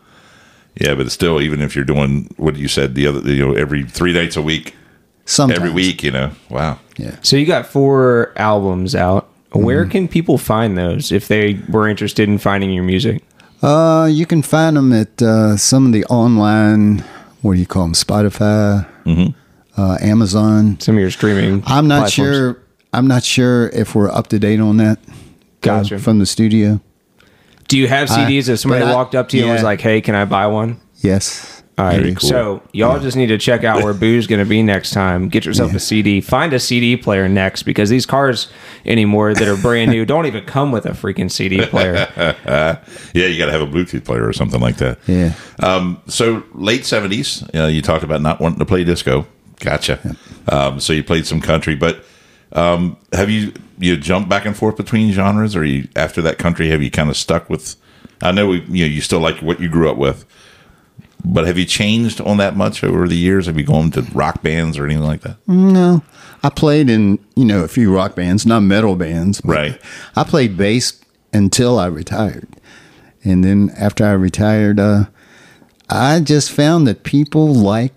[SPEAKER 1] Yeah, but still, even if you're doing what you said the other, you know, every three nights a week,
[SPEAKER 3] Sometimes.
[SPEAKER 1] every week, you know, wow.
[SPEAKER 3] Yeah.
[SPEAKER 2] So you got four albums out.
[SPEAKER 3] Mm-hmm.
[SPEAKER 2] Where can people find those if they were interested in finding your music?
[SPEAKER 3] Uh, you can find them at uh, some of the online. What do you call them? Spotify, uh, Amazon.
[SPEAKER 2] Some of your streaming.
[SPEAKER 3] I'm not
[SPEAKER 2] Mm-hmm. platforms.
[SPEAKER 3] sure. I'm not sure if we're up to date on that. uh,
[SPEAKER 2] Gotcha.
[SPEAKER 3] from the studio.
[SPEAKER 2] Do you have CDs if somebody
[SPEAKER 3] but I-
[SPEAKER 2] walked up to you and was
[SPEAKER 3] yeah.
[SPEAKER 2] like, "Hey, can I buy one?"
[SPEAKER 3] Yes.
[SPEAKER 2] All right.
[SPEAKER 1] Very cool.
[SPEAKER 2] So y'all just need to check out where Boo's going to be next time. Get yourself a CD. Find a CD player next because these cars anymore that are brand new don't even come with a freaking CD player.
[SPEAKER 1] Yeah, you got to have a Bluetooth player or something like that.
[SPEAKER 3] Yeah.
[SPEAKER 1] Um, so late seventies, uh, you talked about not wanting to play disco. Gotcha. Um, so you played some country, but um, have you you jumped back and forth between genres, or you after that country have you kind of stuck with? I know we, you know you still like what you grew up with, but have you changed on that much over the years? Have you gone to rock bands or anything like that?
[SPEAKER 3] No, I played in you know a few rock bands, not metal bands. but
[SPEAKER 1] Right.
[SPEAKER 3] I played bass until I retired, and then after I retired, uh, I just found that people like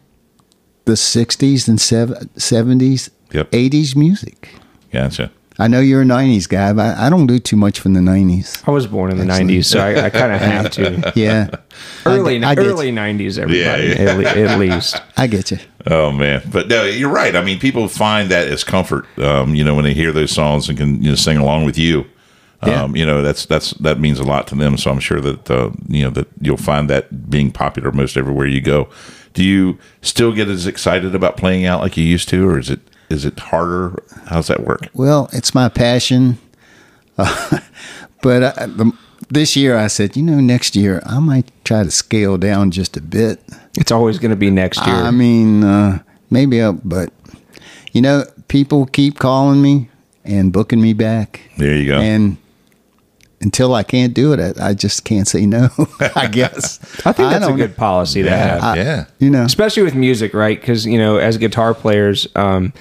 [SPEAKER 3] the '60s and sev- '70s,
[SPEAKER 1] Yep.
[SPEAKER 3] '80s music.
[SPEAKER 1] Gotcha.
[SPEAKER 3] I know you're a '90s guy, but I don't do too much from the '90s.
[SPEAKER 2] I was born in the '90s, so I, I kind of have to.
[SPEAKER 3] Yeah,
[SPEAKER 2] Early,
[SPEAKER 3] I get
[SPEAKER 2] early '90s, everybody,
[SPEAKER 1] Yeah, yeah.
[SPEAKER 2] At, le- at least.
[SPEAKER 3] I get you.
[SPEAKER 1] Oh man, but no, you're right. I mean, people find that as comfort. Um, you know, when they hear those songs and can you know sing along with you.
[SPEAKER 3] Yeah.
[SPEAKER 1] Um, you know that's that's that means a lot to them. So I'm sure that uh, you know that you'll find that being popular most everywhere you go. Do you still get as excited about playing out like you used to, or is it is it harder? How's that work?
[SPEAKER 3] Well, it's my passion. Uh, but I, the, this year I said, you know, next year I might try to scale down just a bit.
[SPEAKER 2] It's always going to be next year.
[SPEAKER 3] I mean, uh, maybe, i but you know, people keep calling me and booking me back.
[SPEAKER 1] There you go.
[SPEAKER 3] And until I can't do it, I, I just can't say no, I guess.
[SPEAKER 2] I think that's a
[SPEAKER 3] don't-
[SPEAKER 2] good policy to have.
[SPEAKER 1] yeah.
[SPEAKER 3] You know,
[SPEAKER 2] especially with music, right? Because you know, as guitar players, um,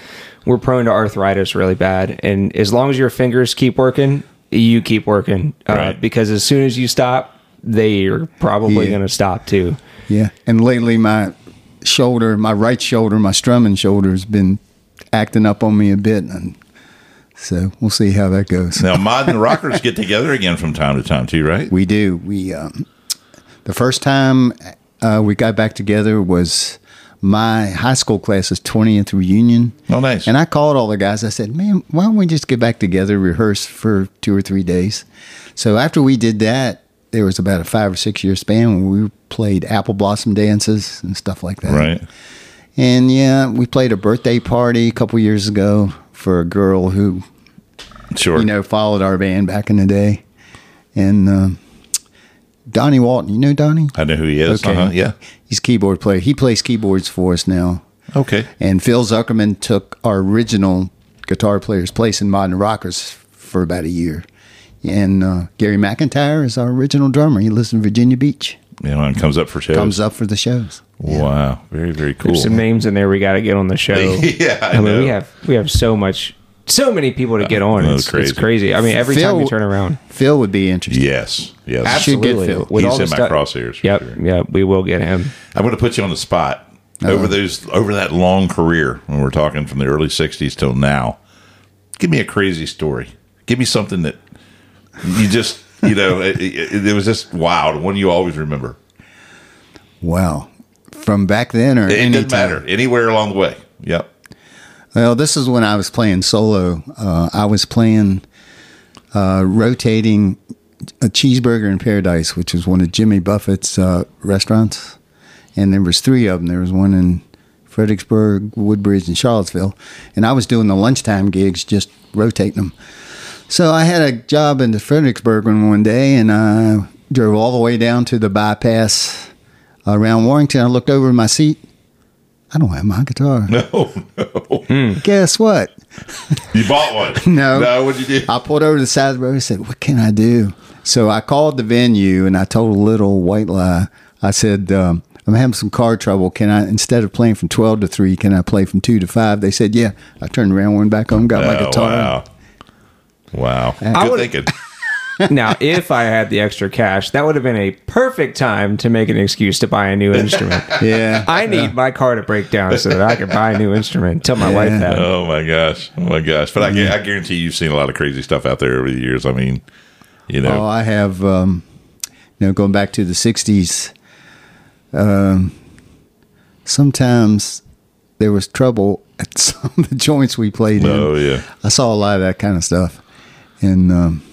[SPEAKER 2] we're prone to arthritis really bad, and as long as your fingers keep working, you keep working. Uh,
[SPEAKER 1] Right.
[SPEAKER 2] Because as soon as you stop, they are probably
[SPEAKER 3] Yeah.
[SPEAKER 2] going to stop too.
[SPEAKER 3] yeah. And lately, my shoulder, my right shoulder, my strumming shoulder has been acting up on me a bit. And so we'll see how that goes.
[SPEAKER 1] Now, modern rockers get together again from time to time too, right?
[SPEAKER 3] We do. We um, the first time uh, we got back together was my high school class's 20th reunion.
[SPEAKER 1] Oh, nice.
[SPEAKER 3] And I called all the guys. I said, man, why don't we just get back together, rehearse for two or three days? So after we did that, there was about a five or six year span when we played apple blossom dances and stuff like that.
[SPEAKER 1] right.
[SPEAKER 3] And yeah, we played a birthday party a couple years ago for a girl who
[SPEAKER 1] Sure.
[SPEAKER 3] you know, followed our band back in the day. And um Donnie Walton, you know Donnie?
[SPEAKER 1] I know who he is. Uh-huh. Yeah.
[SPEAKER 3] He's a keyboard player. He plays keyboards for us now.
[SPEAKER 1] Okay.
[SPEAKER 3] And Phil Zuckerman took our original guitar player's place in Modern Rockers for about a year. And uh, Gary McIntyre is our original drummer. He lives in Virginia Beach.
[SPEAKER 1] You know, and comes up for shows.
[SPEAKER 3] Comes up for the shows.
[SPEAKER 1] Wow. Very, very cool.
[SPEAKER 2] There's some names in there we got to get on the show.
[SPEAKER 1] Yeah, I
[SPEAKER 2] I, mean, we
[SPEAKER 1] know.
[SPEAKER 2] have we have so much, so many people to get on.
[SPEAKER 1] know,
[SPEAKER 2] It's,
[SPEAKER 1] crazy.
[SPEAKER 2] crazy. it's crazy. I mean, every time you turn around,
[SPEAKER 3] Phil would be interested.
[SPEAKER 1] Yes. Yes.
[SPEAKER 3] Absolutely. should get Phil.
[SPEAKER 2] With
[SPEAKER 1] He's
[SPEAKER 2] all the
[SPEAKER 1] in my
[SPEAKER 2] stuff-
[SPEAKER 1] crosshairs for
[SPEAKER 2] Yep,
[SPEAKER 1] sure.
[SPEAKER 2] yep. We will get him.
[SPEAKER 1] I'm going to put you on the spot
[SPEAKER 3] Uh-huh.
[SPEAKER 1] over those over that long career when we're talking from the early '60s till now. Give me a crazy story. Give me something that you just you know it, it, it was just wild. One you always remember.
[SPEAKER 3] Wow. From back then or
[SPEAKER 1] It, it
[SPEAKER 3] any
[SPEAKER 1] doesn't
[SPEAKER 3] time?
[SPEAKER 1] matter anywhere along the way. Yep.
[SPEAKER 3] Well, this is when I was playing solo. Uh, I was playing uh, rotating a cheeseburger in Paradise, which is one of Jimmy Buffett's uh, restaurants, and there was three of them. There was one in Fredericksburg, Woodbridge, and Charlottesville, and I was doing the lunchtime gigs, just rotating them. So I had a job in the Fredericksburg one one day, and I drove all the way down to the bypass around Warrington. I looked over in my seat. I don't have my guitar.
[SPEAKER 1] Oh no!
[SPEAKER 3] Guess what?
[SPEAKER 1] You bought one?
[SPEAKER 3] No.
[SPEAKER 1] No. What'd you do?
[SPEAKER 3] I pulled over to the side of the road and said, What can I do? So I called the venue and I told a little white lie. I said, um, I'm having some car trouble. Can I, instead of playing from 12 to 3, can I play from 2 to 5? They said, Yeah. I turned around, went back home, got my
[SPEAKER 1] Oh,
[SPEAKER 3] guitar.
[SPEAKER 1] Wow. Wow.
[SPEAKER 2] I
[SPEAKER 1] Good
[SPEAKER 2] would-
[SPEAKER 1] thinking.
[SPEAKER 2] now, if I had the extra cash, that would have been a perfect time to make an excuse to buy a new instrument.
[SPEAKER 3] Yeah.
[SPEAKER 2] I need my car to break down so that I can buy a new instrument. Tell my
[SPEAKER 3] Yeah.
[SPEAKER 2] wife that.
[SPEAKER 1] Oh my gosh. Oh my gosh. But I, gu- I guarantee you've seen a lot of crazy stuff out there over the years. I mean, you know.
[SPEAKER 3] Oh, I have, um, you know, going back to the 60s, um, sometimes there was trouble at some of the joints we played in.
[SPEAKER 1] Oh yeah.
[SPEAKER 3] I saw a lot of that kind of stuff. And, um,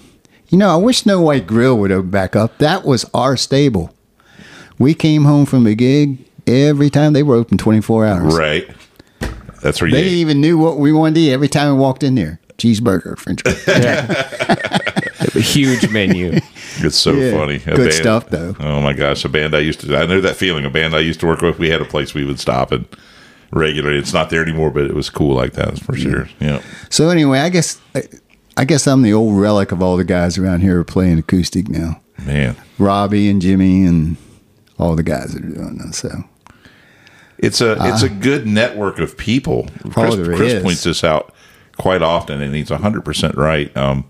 [SPEAKER 3] you know, I wish No White Grill would have back up. That was our stable. We came home from a gig every time they were open 24 hours.
[SPEAKER 1] Right. That's where you.
[SPEAKER 3] They even knew what we wanted to eat every time we walked in there cheeseburger, french fry.
[SPEAKER 2] A huge menu.
[SPEAKER 1] It's so
[SPEAKER 3] Yeah.
[SPEAKER 1] funny.
[SPEAKER 3] Good stuff, though.
[SPEAKER 1] Oh my gosh, a band I used to. I know that feeling. A band I used to work with. We had a place we would stop and regularly. It's not there anymore, but it was cool like that that's for sure. Yeah.
[SPEAKER 3] so, anyway, I guess. I, I guess I'm the old relic of all the guys around here who are playing acoustic now.
[SPEAKER 1] man.
[SPEAKER 3] Robbie and Jimmy and all the guys that are doing this. So
[SPEAKER 1] It's a it's a good network of people. Chris,
[SPEAKER 3] Ah. Oh, there
[SPEAKER 1] Chris
[SPEAKER 3] is.
[SPEAKER 1] points this out quite often, and he's hundred percent right. Um,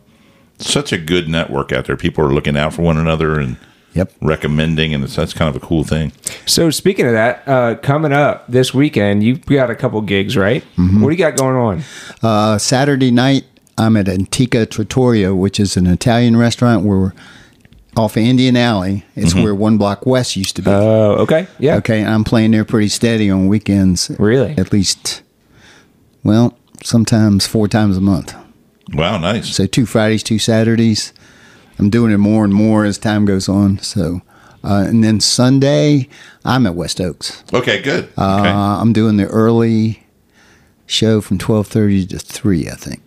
[SPEAKER 1] such a good network out there. People are looking out for one another and
[SPEAKER 3] Yep.
[SPEAKER 1] recommending, and it's, that's kind of a cool thing.
[SPEAKER 2] So speaking of that, uh, coming up this weekend, you've got a couple gigs, right?
[SPEAKER 3] Mm-hmm.
[SPEAKER 2] What do you got going on?
[SPEAKER 3] Uh, Saturday night, I'm at Antica Trattoria, which is an Italian restaurant where we're off of Indian Alley. It's where One Block West used to be.
[SPEAKER 2] Oh, okay, yeah.
[SPEAKER 3] Uh, okay, I'm playing there pretty steady on weekends.
[SPEAKER 2] Really?
[SPEAKER 3] At least, well, sometimes four times a month.
[SPEAKER 1] Wow, nice.
[SPEAKER 3] So two Fridays, two Saturdays. I'm doing it more and more as time goes on. So, uh, and then Sunday, I'm at West Oaks.
[SPEAKER 1] Okay, good.
[SPEAKER 3] Uh,
[SPEAKER 1] okay.
[SPEAKER 3] I'm doing the early show from 12:30 to three, I think.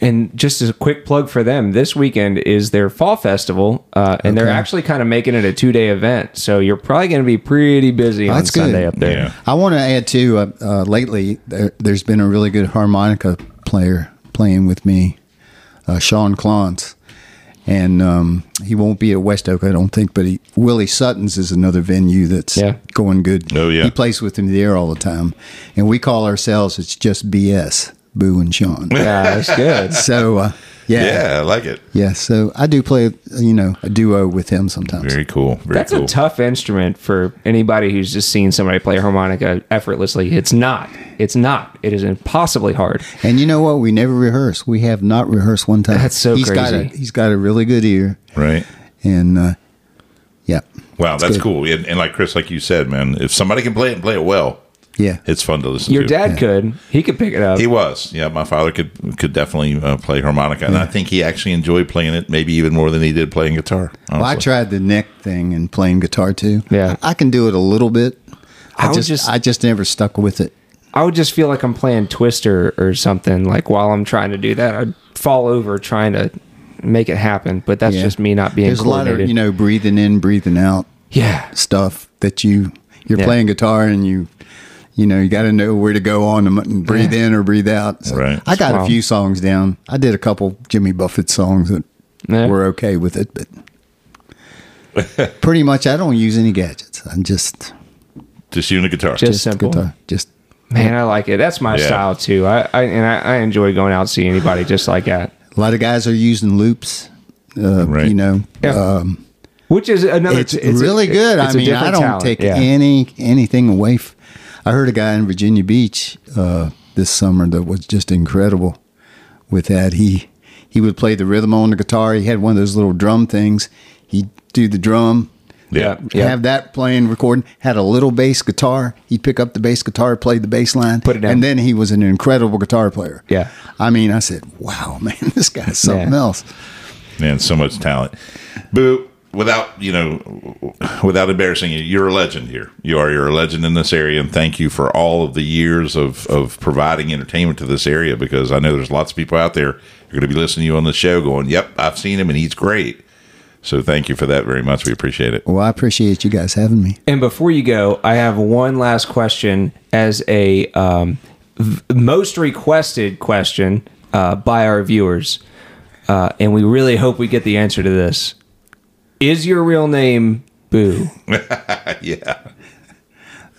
[SPEAKER 2] And just as a quick plug for them, this weekend is their fall festival, uh, and they're actually kind of making it a two day event. So you're probably going to be pretty busy on
[SPEAKER 3] Oh, That's good.
[SPEAKER 2] Sunday up there.
[SPEAKER 1] Yeah.
[SPEAKER 3] I want to add too. Uh, uh, lately, there, there's been a really good harmonica player playing with me, uh, Sean Clons, and um, he won't be at West Oak, I don't think. But he, Willie Sutton's is another venue that's
[SPEAKER 2] Yeah.
[SPEAKER 3] going good.
[SPEAKER 1] Oh, yeah.
[SPEAKER 3] he plays with him there all the time, and we call ourselves it's just BS, Boo and Sean.
[SPEAKER 2] Yeah, that's good.
[SPEAKER 3] so uh, yeah, yeah,
[SPEAKER 1] Yeah, I like it.
[SPEAKER 3] So I do play, you know, a duo with him sometimes.
[SPEAKER 1] Very cool. Very
[SPEAKER 2] That's
[SPEAKER 1] cool.
[SPEAKER 2] a tough instrument for anybody who's just seen somebody play harmonica effortlessly. It's not. It's not. It is impossibly hard.
[SPEAKER 3] And you know what? We never rehearse. We have not rehearsed one time.
[SPEAKER 2] That's so
[SPEAKER 3] He's Got a,
[SPEAKER 2] crazy.
[SPEAKER 3] he's got a really good ear,
[SPEAKER 1] right.
[SPEAKER 3] and uh, yeah,
[SPEAKER 1] Wow, that's cool. And, and like Chris, like you said, man, if somebody can play it and play it well,
[SPEAKER 3] Yeah.
[SPEAKER 1] it's fun to listen
[SPEAKER 2] Your
[SPEAKER 1] to.
[SPEAKER 2] dad could. He could pick it up.
[SPEAKER 1] He was, yeah. My father could could definitely uh, play harmonica, and I think he actually enjoyed playing it, maybe even more than he did playing guitar.
[SPEAKER 3] Well, I
[SPEAKER 1] honestly.
[SPEAKER 3] tried the neck thing and playing guitar too.
[SPEAKER 2] Yeah.
[SPEAKER 3] I can do it a little bit.
[SPEAKER 2] I
[SPEAKER 3] I,
[SPEAKER 2] would
[SPEAKER 3] just,
[SPEAKER 2] just-
[SPEAKER 3] I just never stuck with it.
[SPEAKER 2] I would just feel like I'm playing Twister or something. Like while I'm trying to do that, I'd fall over trying to make it happen. But that's
[SPEAKER 3] Yeah.
[SPEAKER 2] just me not being
[SPEAKER 3] There's a lot
[SPEAKER 2] coordinated.
[SPEAKER 3] of you know breathing in, breathing out
[SPEAKER 2] yeah,
[SPEAKER 3] stuff that you you're
[SPEAKER 2] Yeah.
[SPEAKER 3] playing guitar and you you know you got to know where to go on and m- breathe in or breathe out. So
[SPEAKER 1] Right.
[SPEAKER 3] I got
[SPEAKER 2] Wow.
[SPEAKER 3] a few songs down. I did a couple Jimmy Buffett songs that
[SPEAKER 2] Yeah.
[SPEAKER 3] were okay with it, but pretty much I don't use any gadgets. I'm just
[SPEAKER 1] just you and a guitar.
[SPEAKER 2] Just-
[SPEAKER 3] just
[SPEAKER 2] Simple.
[SPEAKER 3] guitar. Just
[SPEAKER 2] man, I like it. That's my
[SPEAKER 1] Yeah.
[SPEAKER 2] style too. I, I and I, I enjoy going out and seeing anybody just like that.
[SPEAKER 3] a lot of guys are using loops. Uh,
[SPEAKER 1] Right.
[SPEAKER 3] You know,
[SPEAKER 2] Yeah.
[SPEAKER 3] um,
[SPEAKER 2] Which is another.
[SPEAKER 3] it's, really
[SPEAKER 2] a-
[SPEAKER 3] good.
[SPEAKER 2] it's
[SPEAKER 3] I
[SPEAKER 2] a
[SPEAKER 3] mean, I
[SPEAKER 2] different
[SPEAKER 3] don't
[SPEAKER 2] talent.
[SPEAKER 3] take
[SPEAKER 2] Yeah.
[SPEAKER 3] any anything away. F- I heard a guy in Virginia Beach uh, this summer that was just incredible with that. He he would play the rhythm on the guitar. He had one of those little drum things. He'd do the drum,
[SPEAKER 1] yeah.
[SPEAKER 2] Yeah.
[SPEAKER 3] have that playing, recording. Had a little bass guitar. He'd pick up the bass guitar, play the bass line,
[SPEAKER 2] Put it down.
[SPEAKER 3] and then he was an incredible guitar player.
[SPEAKER 2] Yeah.
[SPEAKER 3] I mean, I said, "Wow, man, this guy's something
[SPEAKER 2] Yeah.
[SPEAKER 3] else."
[SPEAKER 1] man, so much talent. Boo, without you know, without embarrassing you, you're a legend here. You are you're a legend in this area, and thank you for all of the years of of providing entertainment to this area. Because I know there's lots of people out there who are going to be listening to you on the show, going, "Yep, I've seen him, and he's great." So thank you for that very much. We appreciate it.
[SPEAKER 3] Well, I appreciate you guys having me.
[SPEAKER 2] And before you go, I have one last question as a um, v- most requested question uh, by our viewers. Uh, and we really hope we get the answer to this. Is your real name Boo?
[SPEAKER 1] Yeah,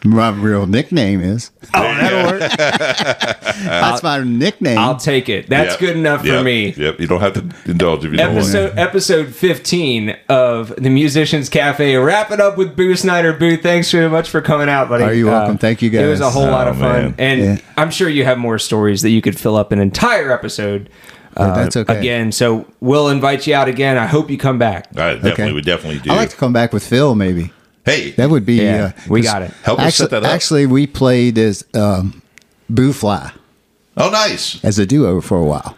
[SPEAKER 3] My real nickname is.
[SPEAKER 2] Oh,
[SPEAKER 3] That's my nickname.
[SPEAKER 2] I'll take it. That's
[SPEAKER 1] Yep.
[SPEAKER 2] good enough for
[SPEAKER 1] Yep.
[SPEAKER 2] me.
[SPEAKER 1] Yep, you don't have to indulge if you don't want.
[SPEAKER 2] Episode episode 15 of the Musicians Cafe. Wrap it up with Boo Snyder. Boo, thanks very much for coming out, buddy. Uh,
[SPEAKER 3] Oh, you're welcome. Thank you,
[SPEAKER 2] It was a
[SPEAKER 3] guys.
[SPEAKER 2] whole lot
[SPEAKER 1] Oh,
[SPEAKER 2] of fun.
[SPEAKER 1] man.
[SPEAKER 2] And
[SPEAKER 3] Yeah.
[SPEAKER 2] I'm sure you have more stories that you could fill up an entire episode.
[SPEAKER 3] But that's okay.
[SPEAKER 2] Again, so we'll invite you out again. I hope you come back.
[SPEAKER 1] I definitely,
[SPEAKER 3] Okay.
[SPEAKER 1] we definitely do.
[SPEAKER 3] I'd like to come back with Phil, maybe.
[SPEAKER 1] hey,
[SPEAKER 3] That would be.
[SPEAKER 2] Yeah,
[SPEAKER 3] uh,
[SPEAKER 2] we
[SPEAKER 3] 'cause
[SPEAKER 2] got it.
[SPEAKER 1] Help us
[SPEAKER 3] actually,
[SPEAKER 1] set that up.
[SPEAKER 3] Actually, we played as um, Boo Fly
[SPEAKER 1] oh, nice.
[SPEAKER 3] as a duo for a while.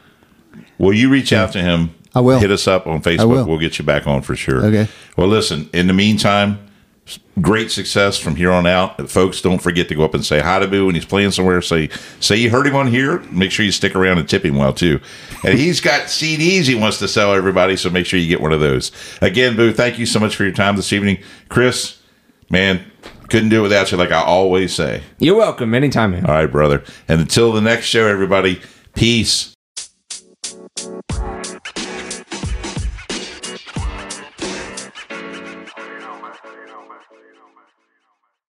[SPEAKER 1] Will you reach out to him?
[SPEAKER 3] I will.
[SPEAKER 1] Hit us up on Facebook.
[SPEAKER 3] I will.
[SPEAKER 1] We'll get you back on for sure.
[SPEAKER 3] Okay.
[SPEAKER 1] Well, listen, in the meantime, s- great success from here on out. And Folks, don't forget to go up and say hi to Boo when he's playing somewhere. Say say you heard him on here. Make sure you stick around and tip him well too. And he's got CDs he wants to sell everybody, so make sure you get one of those. Again, Boo, thank you so much for your time this evening. Chris, man, couldn't do it without you, like I always say.
[SPEAKER 2] You're welcome anytime, man.
[SPEAKER 1] All right, brother. And until the next show, everybody, peace,